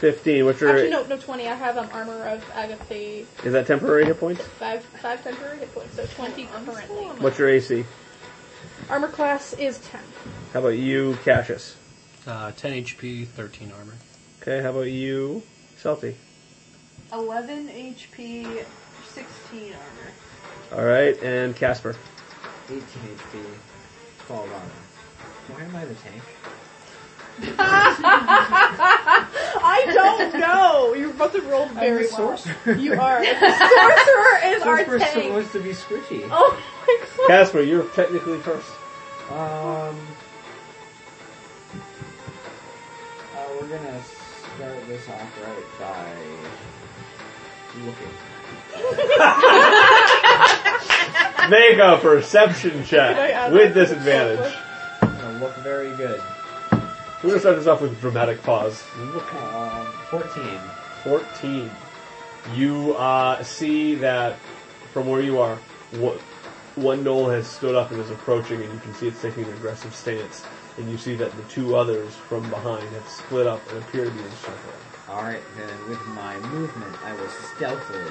Speaker 1: 15, which are,
Speaker 2: Actually, no, no, twenty. I have um, armor of Agatha,
Speaker 1: is that temporary hit points?
Speaker 2: five, five temporary hit points, so twenty currently.
Speaker 1: What's your AC?
Speaker 2: Armor class is ten.
Speaker 1: How about you, Cassius?
Speaker 5: Uh, 10 HP, 13 armor.
Speaker 1: Okay, how about you, Selfie?
Speaker 3: 11 HP, 16 armor.
Speaker 1: Alright, and Casper.
Speaker 4: 18 HP. Fall on. Why am I the tank?
Speaker 2: I don't know. You're both rolled very
Speaker 4: I'm a
Speaker 2: well.
Speaker 4: sorcerer.
Speaker 2: You are. Sorcerer is our
Speaker 4: Sorcerer's
Speaker 2: tank.
Speaker 4: supposed to be squishy.
Speaker 2: Oh my god.
Speaker 1: Casper, you're technically first.
Speaker 4: Um. Uh, we're gonna start this off right by looking.
Speaker 1: Make a perception
Speaker 2: Can I
Speaker 1: check
Speaker 2: add
Speaker 1: with
Speaker 2: that to the
Speaker 1: disadvantage.
Speaker 2: checkbook?
Speaker 4: I'm gonna look very good.
Speaker 1: We're gonna start this off with dramatic pause.
Speaker 4: Look, um, 14.
Speaker 1: 14. You uh, see that from where you are, wha- one knoll has stood up and is approaching, and you can see it's taking an aggressive stance. And you see that the two others from behind have split up and appear to be in circle.
Speaker 4: Alright, then with my movement, I will stealthily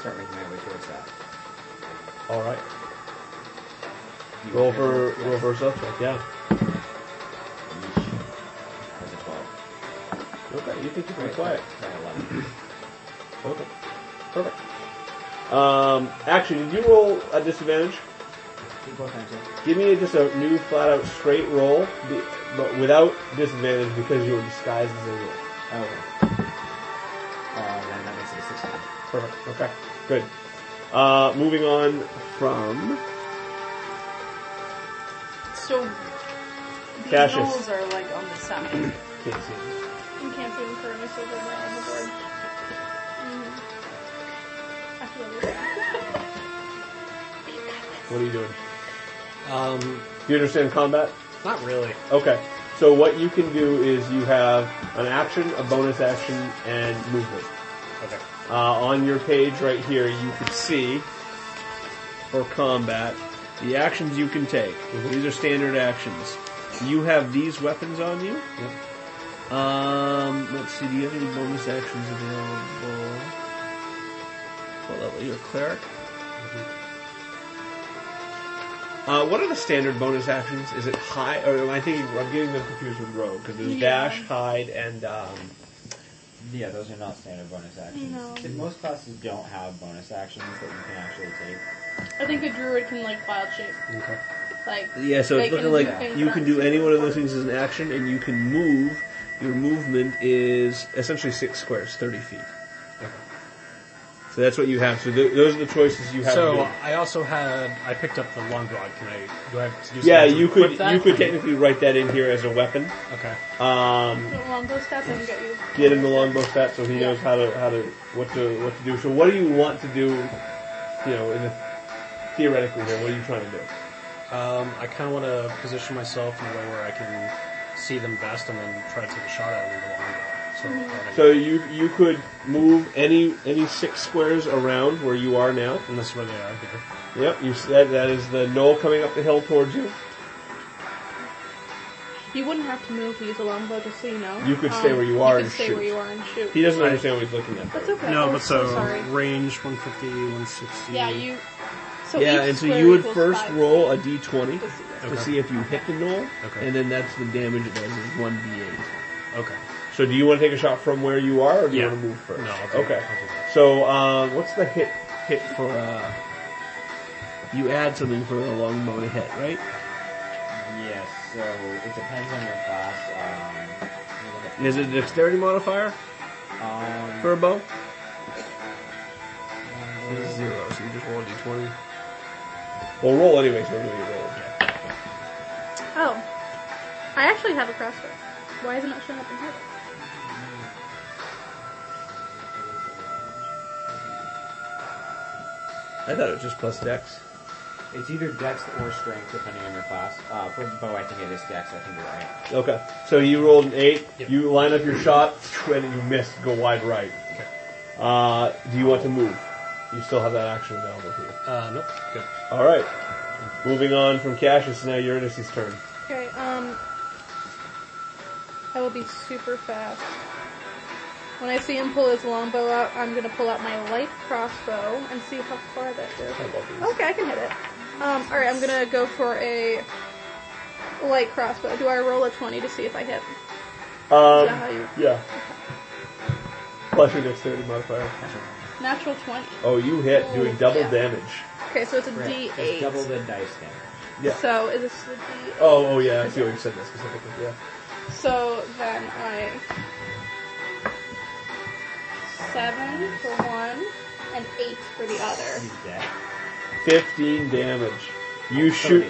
Speaker 4: start making my way towards that.
Speaker 1: All right.
Speaker 4: You
Speaker 1: Roll
Speaker 4: want me
Speaker 1: for
Speaker 4: to Yes.
Speaker 1: roll for stealth check. Yeah.
Speaker 4: Yeesh. That was a 12.
Speaker 1: Okay. You think you're pretty
Speaker 4: Wait,
Speaker 1: quiet.
Speaker 4: sorry, 11.
Speaker 1: Okay. Perfect. Um. Actually, did you roll a disadvantage?
Speaker 4: Equal times it.
Speaker 1: Give me just a new flat out straight roll. Be- but without disadvantage because you were disguised as a wolf.
Speaker 4: Oh, okay. Uh, then that makes it a 16.
Speaker 1: Perfect. Okay. Good. Uh, moving on from
Speaker 3: So the
Speaker 1: Cassius.
Speaker 3: animals are like on the side.
Speaker 1: can't see it.
Speaker 2: You can't see them currently, so they're not on the board. Mm. I feel weird.
Speaker 1: What are you doing?
Speaker 5: Um,
Speaker 1: Do you understand combat?
Speaker 5: not really.
Speaker 1: Okay. So what you can do is you have an action, a bonus action, and movement.
Speaker 5: Okay.
Speaker 1: Uh, on your page right here, you can see for combat the actions you can take. These are standard actions. You have these weapons on you.
Speaker 5: Yep.
Speaker 1: Um, let's see. Do you have any bonus actions available? What level? You're a cleric. Uh, what are the standard bonus actions? Is it high? Or am I thinking I'm getting them confused with rogue because there's
Speaker 2: Yeah.
Speaker 1: dash, hide, and um,
Speaker 4: Yeah, those are not standard bonus actions.
Speaker 2: No.
Speaker 4: Did- Most classes don't have bonus actions that you can actually take.
Speaker 2: I think the druid can like wild shape,
Speaker 5: Okay.
Speaker 2: like
Speaker 1: yeah. So
Speaker 2: They
Speaker 1: it's looking
Speaker 2: can do
Speaker 1: like
Speaker 2: things
Speaker 1: you
Speaker 2: that
Speaker 1: can
Speaker 2: aren't
Speaker 1: do any one of those things as an action, and you can move. Your movement is essentially six squares, thirty feet. So that's what you have. So th- those are the choices you have.
Speaker 5: So uh,
Speaker 1: here.
Speaker 5: I also had I picked up the long rod. Can I? Do I have to use?
Speaker 1: Yeah,
Speaker 5: that to
Speaker 1: you
Speaker 5: equip
Speaker 1: could
Speaker 5: that?
Speaker 1: you could technically write that in here as a weapon.
Speaker 5: Okay.
Speaker 1: Um,
Speaker 2: the longbow stats and get you.
Speaker 1: get him the longbow stat so he knows how to how to what to what to do. So what do you want to do? You know, in the, theoretically here, what are you trying to do?
Speaker 5: Um, I kind of want to position myself in a way where I can see them best, and then try to take a shot at them with the
Speaker 2: Mm-hmm.
Speaker 5: long rod. So,
Speaker 1: So you you could move any any six squares around where you are now.
Speaker 5: and this is where they are here.
Speaker 1: Yep, you that that is the knoll coming up the hill towards you.
Speaker 2: You wouldn't have to move to use a longbow, just so you know. Um,
Speaker 1: You could stay where you are
Speaker 2: You
Speaker 1: and
Speaker 2: could stay
Speaker 1: shoot.
Speaker 2: where you are and shoot.
Speaker 1: He doesn't understand what he's looking at.
Speaker 2: That's
Speaker 1: though.
Speaker 2: okay.
Speaker 5: no,
Speaker 2: I'm
Speaker 5: but so,
Speaker 2: sorry.
Speaker 5: range 150, 160.
Speaker 2: Yeah, you. So
Speaker 1: Yeah,
Speaker 2: each
Speaker 1: and so
Speaker 2: square
Speaker 1: you would
Speaker 2: equals
Speaker 1: first
Speaker 2: five.
Speaker 1: roll a d20
Speaker 2: Just so you know.
Speaker 1: to
Speaker 5: Okay.
Speaker 1: see if you hit the knoll,
Speaker 5: Okay.
Speaker 1: and then that's the damage it does is one d8.
Speaker 5: Okay.
Speaker 1: So do you want to take a shot from where you are, or do you
Speaker 5: Yeah.
Speaker 1: want to move first?
Speaker 5: No, I'll do-
Speaker 1: okay.
Speaker 5: I'll do that.
Speaker 1: so uh, what's the hit hit for? Uh, you add something for a longbow to hit, right?
Speaker 4: Yes, so it depends on your class. Um, let me look
Speaker 1: Is it a dexterity modifier
Speaker 4: at- um,
Speaker 1: for a bow?
Speaker 4: um,
Speaker 1: It's zero, so you just roll a d20. Well, roll anyway, so we're doing a roll.
Speaker 2: Oh, I actually have a crossbow. Why is it not showing up in here?
Speaker 1: I thought it was just plus dex.
Speaker 4: It's either dex or strength, depending on your class. Uh, for bow, I think it is dex. I think you're right.
Speaker 1: Okay. So you rolled an eight.
Speaker 5: Yep.
Speaker 1: You line up your shot, and you miss. Go wide right.
Speaker 5: Okay.
Speaker 1: Uh, do you want to move? You still have that action available to you.
Speaker 5: Uh, nope. Good.
Speaker 1: All right. Moving on from Cassius, now Uranus' turn.
Speaker 2: Okay, um, I will be super fast. When I see him pull his longbow out, I'm gonna pull out my light crossbow and see how far that goes.
Speaker 1: I love these.
Speaker 2: Okay, I can hit it. Um, alright, I'm gonna go for a light crossbow. Do I roll a 20 to see if I hit?
Speaker 1: Um,
Speaker 2: that how you-
Speaker 1: yeah. Plus your dexterity modifier.
Speaker 2: Natural 20.
Speaker 1: Oh, you hit, doing double
Speaker 2: Yeah.
Speaker 1: damage.
Speaker 2: Okay, so it's a
Speaker 4: Correct. It's double
Speaker 2: D8.
Speaker 4: the dice damage.
Speaker 1: Yeah.
Speaker 2: So is this the D8?
Speaker 1: Oh, oh yeah. I see what you said that specifically. Yeah.
Speaker 2: So then I seven for one and eight for the other.
Speaker 4: He's dead.
Speaker 1: Fifteen damage. You shoot.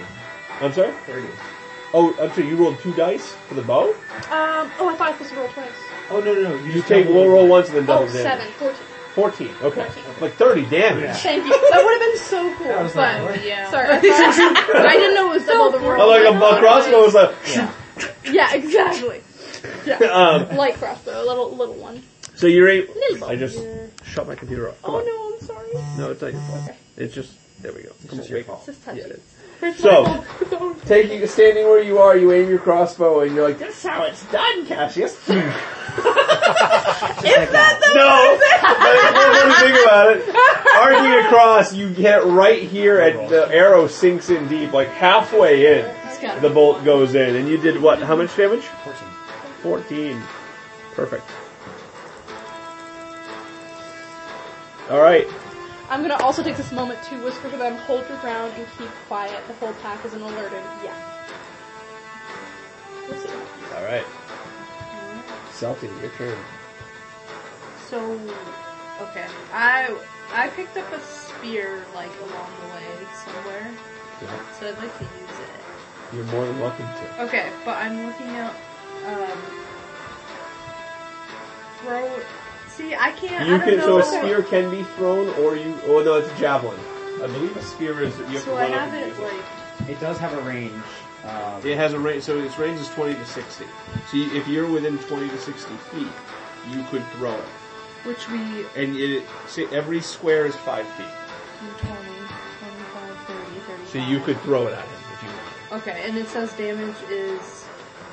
Speaker 1: I'm sorry.
Speaker 4: 30.
Speaker 1: Oh, I'm sorry. You rolled two dice for the bow.
Speaker 2: Um. Oh, I thought I was supposed to roll twice.
Speaker 4: Oh, no, no, no. You,
Speaker 1: You
Speaker 4: just
Speaker 1: take
Speaker 4: double
Speaker 1: low
Speaker 4: the
Speaker 1: roll
Speaker 4: dice.
Speaker 1: once and then double
Speaker 2: Oh,
Speaker 1: damage.
Speaker 2: seven, fourteen.
Speaker 1: Fourteen. Okay.
Speaker 2: Fourteen.
Speaker 1: Like thirty damage.
Speaker 4: Yeah.
Speaker 2: Thank you. That would have been so cool.
Speaker 4: That was
Speaker 2: but
Speaker 4: like-
Speaker 3: Yeah.
Speaker 2: sorry, I, thought, I didn't know it was double the roll.
Speaker 1: I like a, a crossbow is like.
Speaker 4: Yeah.
Speaker 2: Yeah, exactly. Yeah,
Speaker 1: Um,
Speaker 2: light crossbow, a little little one.
Speaker 1: so you're able.
Speaker 2: Little
Speaker 1: I just
Speaker 2: Yeah.
Speaker 1: shut my computer off. Come
Speaker 2: Oh
Speaker 1: on.
Speaker 2: no, I'm sorry.
Speaker 1: No, it's not your fault. It's just there we go. Come on,
Speaker 4: just your
Speaker 1: wake
Speaker 4: fault.
Speaker 2: This is touchy.
Speaker 1: Yeah, it is.
Speaker 2: Where's
Speaker 1: So-
Speaker 2: my phone?
Speaker 1: Taking standing where you are, you aim your crossbow, and you're like, "This is how it's done, Cassius." it's not that. No, I didn't think about it. Arcing across, you get right here, and the arrow sinks in deep, like halfway in.
Speaker 3: It's got
Speaker 1: The bolt goes in, and you did what? How much damage?
Speaker 4: 14.
Speaker 1: Fourteen. Perfect. All right.
Speaker 2: I'm gonna also take this moment to whisper to them, hold your ground and keep quiet. The whole pack is an alerted. Yeah. We'll see.
Speaker 7: All right. Selfie, your turn.
Speaker 6: So, okay. I I picked up a spear like along the way somewhere,
Speaker 7: Yeah.
Speaker 6: so I'd like to use it.
Speaker 7: You're more than welcome to.
Speaker 6: Okay, but I'm looking at um throw. See, I can't. I
Speaker 1: You
Speaker 6: don't
Speaker 1: can so
Speaker 6: know
Speaker 1: a
Speaker 6: if I-
Speaker 1: spear can be thrown, or you. Oh no, it's a javelin. I believe a spear is. You have to
Speaker 6: So I
Speaker 1: run up
Speaker 6: have
Speaker 1: and
Speaker 6: it
Speaker 1: use
Speaker 6: like
Speaker 4: It does have a range. Um,
Speaker 1: It has a range, so its range is 20 to 60. So you, if you're within 20 to 60 feet, you could throw it.
Speaker 6: which we
Speaker 1: And it, say every square is 5 feet.
Speaker 6: 20, 25, 30, 35.
Speaker 1: So you could throw it at him if you want.
Speaker 6: Okay, and it says damage is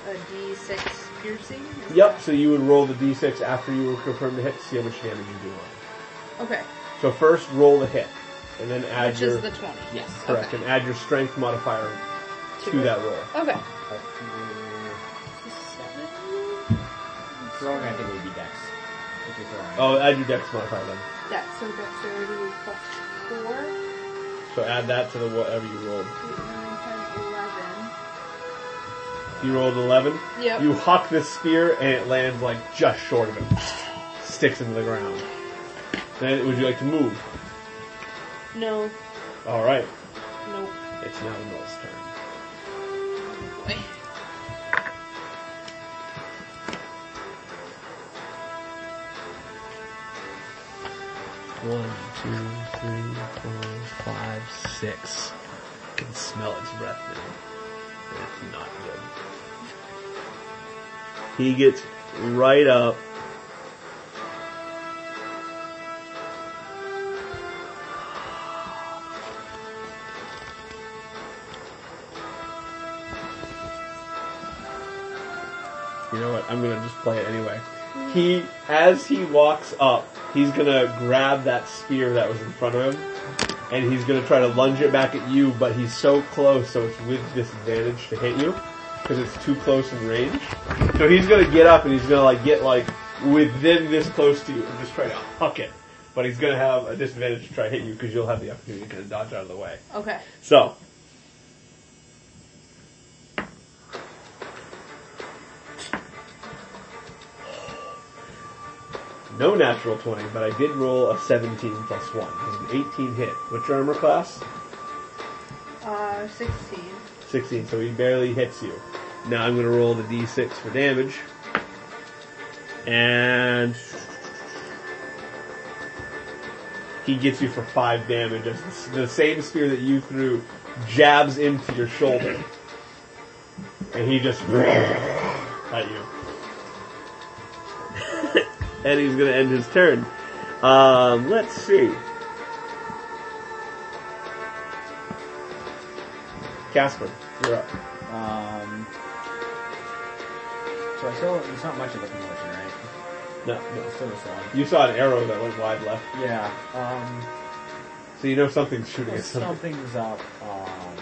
Speaker 6: a d6 piercing? Is
Speaker 1: Yep, so you would roll the d6 after you were confirmed to hit to see how much damage you do on it.
Speaker 6: that- Okay,
Speaker 1: So first roll the hit, and then add
Speaker 6: which
Speaker 1: your.
Speaker 6: is the 20. Yes.
Speaker 1: correct, and add your strength modifier to,
Speaker 6: it.
Speaker 1: that roll.
Speaker 6: Okay.
Speaker 4: up to-
Speaker 6: Seven?
Speaker 4: Throwing, I think, would be dex. If you're throwing.
Speaker 1: Oh, add your dex modifier then.
Speaker 6: That's so dexterity plus 4, 8, 9,
Speaker 1: So add that to the whatever you rolled.
Speaker 6: 10, 11.
Speaker 1: You rolled 11.
Speaker 6: Yep.
Speaker 1: You huck this spear and it lands like just short of him. Sticks into the ground. Then would you like to move?
Speaker 6: No,
Speaker 1: Alright.
Speaker 6: no.
Speaker 1: It's now Null's turn.
Speaker 6: Boy.
Speaker 1: One, two, three, four, five, six. I can smell its breath now. It's not good. He gets right up. You know what? I'm gonna just play it anyway. He, as he walks up, he's gonna grab that spear that was in front of him, and he's gonna try to lunge it back at you, but he's so close, so it's with disadvantage to hit you, because it's too close in range. So he's gonna get up and he's gonna like get like within this close to you and just try to huck it, but he's gonna have a disadvantage to try to hit you because you'll have the opportunity to kind of dodge out of the way.
Speaker 6: Okay.
Speaker 1: So. No natural 20, but I did roll a 17 plus 1. It's an 18 hit. What's your armor class?
Speaker 6: Uh, 16.
Speaker 1: 16, so he barely hits you. Now I'm going to roll the d6 for damage. And. He gets you for 5 damage as the same spear that you threw jabs into your shoulder. And he just. at you. and he's going to end his turn. Um, let's see. Casper, you're up.
Speaker 4: Um, so I still, there's not much of a commotion, right?
Speaker 1: No, no.
Speaker 4: It's still the same.
Speaker 1: You saw an arrow that went wide left,
Speaker 4: Yeah, um,
Speaker 1: so you know something's shooting
Speaker 4: well,
Speaker 1: at something.
Speaker 4: something's up. Um,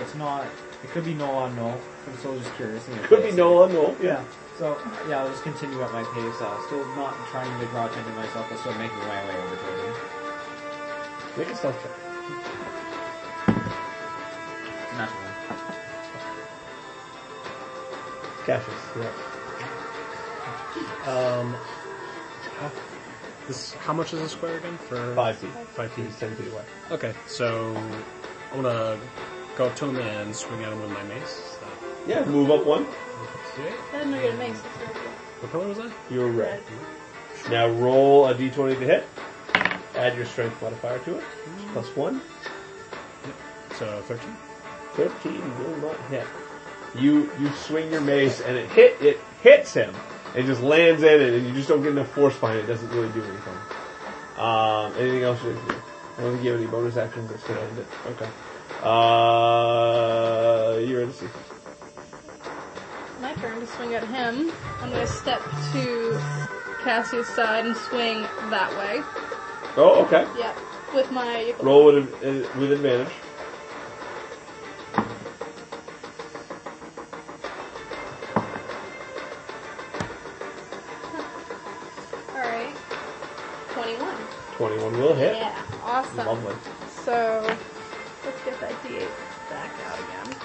Speaker 4: it's not, it could be no on no. I'm still just curious. and
Speaker 1: Could be
Speaker 4: guessing.
Speaker 1: no on no.
Speaker 4: Yeah. So, yeah, I'll just continue at my pace. Uh, still not trying to draw attention to myself, but still making my way over to him.
Speaker 1: Make a stealth check.
Speaker 4: It's a natural one.
Speaker 1: Cassius, you're up.
Speaker 5: Um, how, this, how much is a square again? For
Speaker 1: Five feet.
Speaker 5: Five feet.
Speaker 1: He's ten feet away.
Speaker 5: Okay, so I'm gonna go up to him and swing at him with my mace. Is
Speaker 1: Yeah, move up one.
Speaker 5: that
Speaker 2: Then we get a mace. That's really
Speaker 5: What color was that?
Speaker 1: You're red. Now roll a d20 to hit. Add your strength modifier to it. Plus one.
Speaker 5: So 13.
Speaker 1: Thirteen will not hit. You you swing your mace and it hit it hits him. It just lands in it, and you just don't get enough force behind it. It doesn't really do anything. Um, anything else you can do? I don't think you have any bonus actions. That's gonna end it. Okay. Uh, you're in.
Speaker 2: cool. My turn to swing at him. I'm gonna step to Cassie's side and swing that way.
Speaker 1: Oh, okay.
Speaker 2: Yep. With my
Speaker 1: Roll with, uh, with advantage.
Speaker 2: Alright. 21.
Speaker 1: Twenty-one will hit.
Speaker 2: Yeah. Awesome.
Speaker 1: Lovely.
Speaker 2: So, let's get that d8 back out again.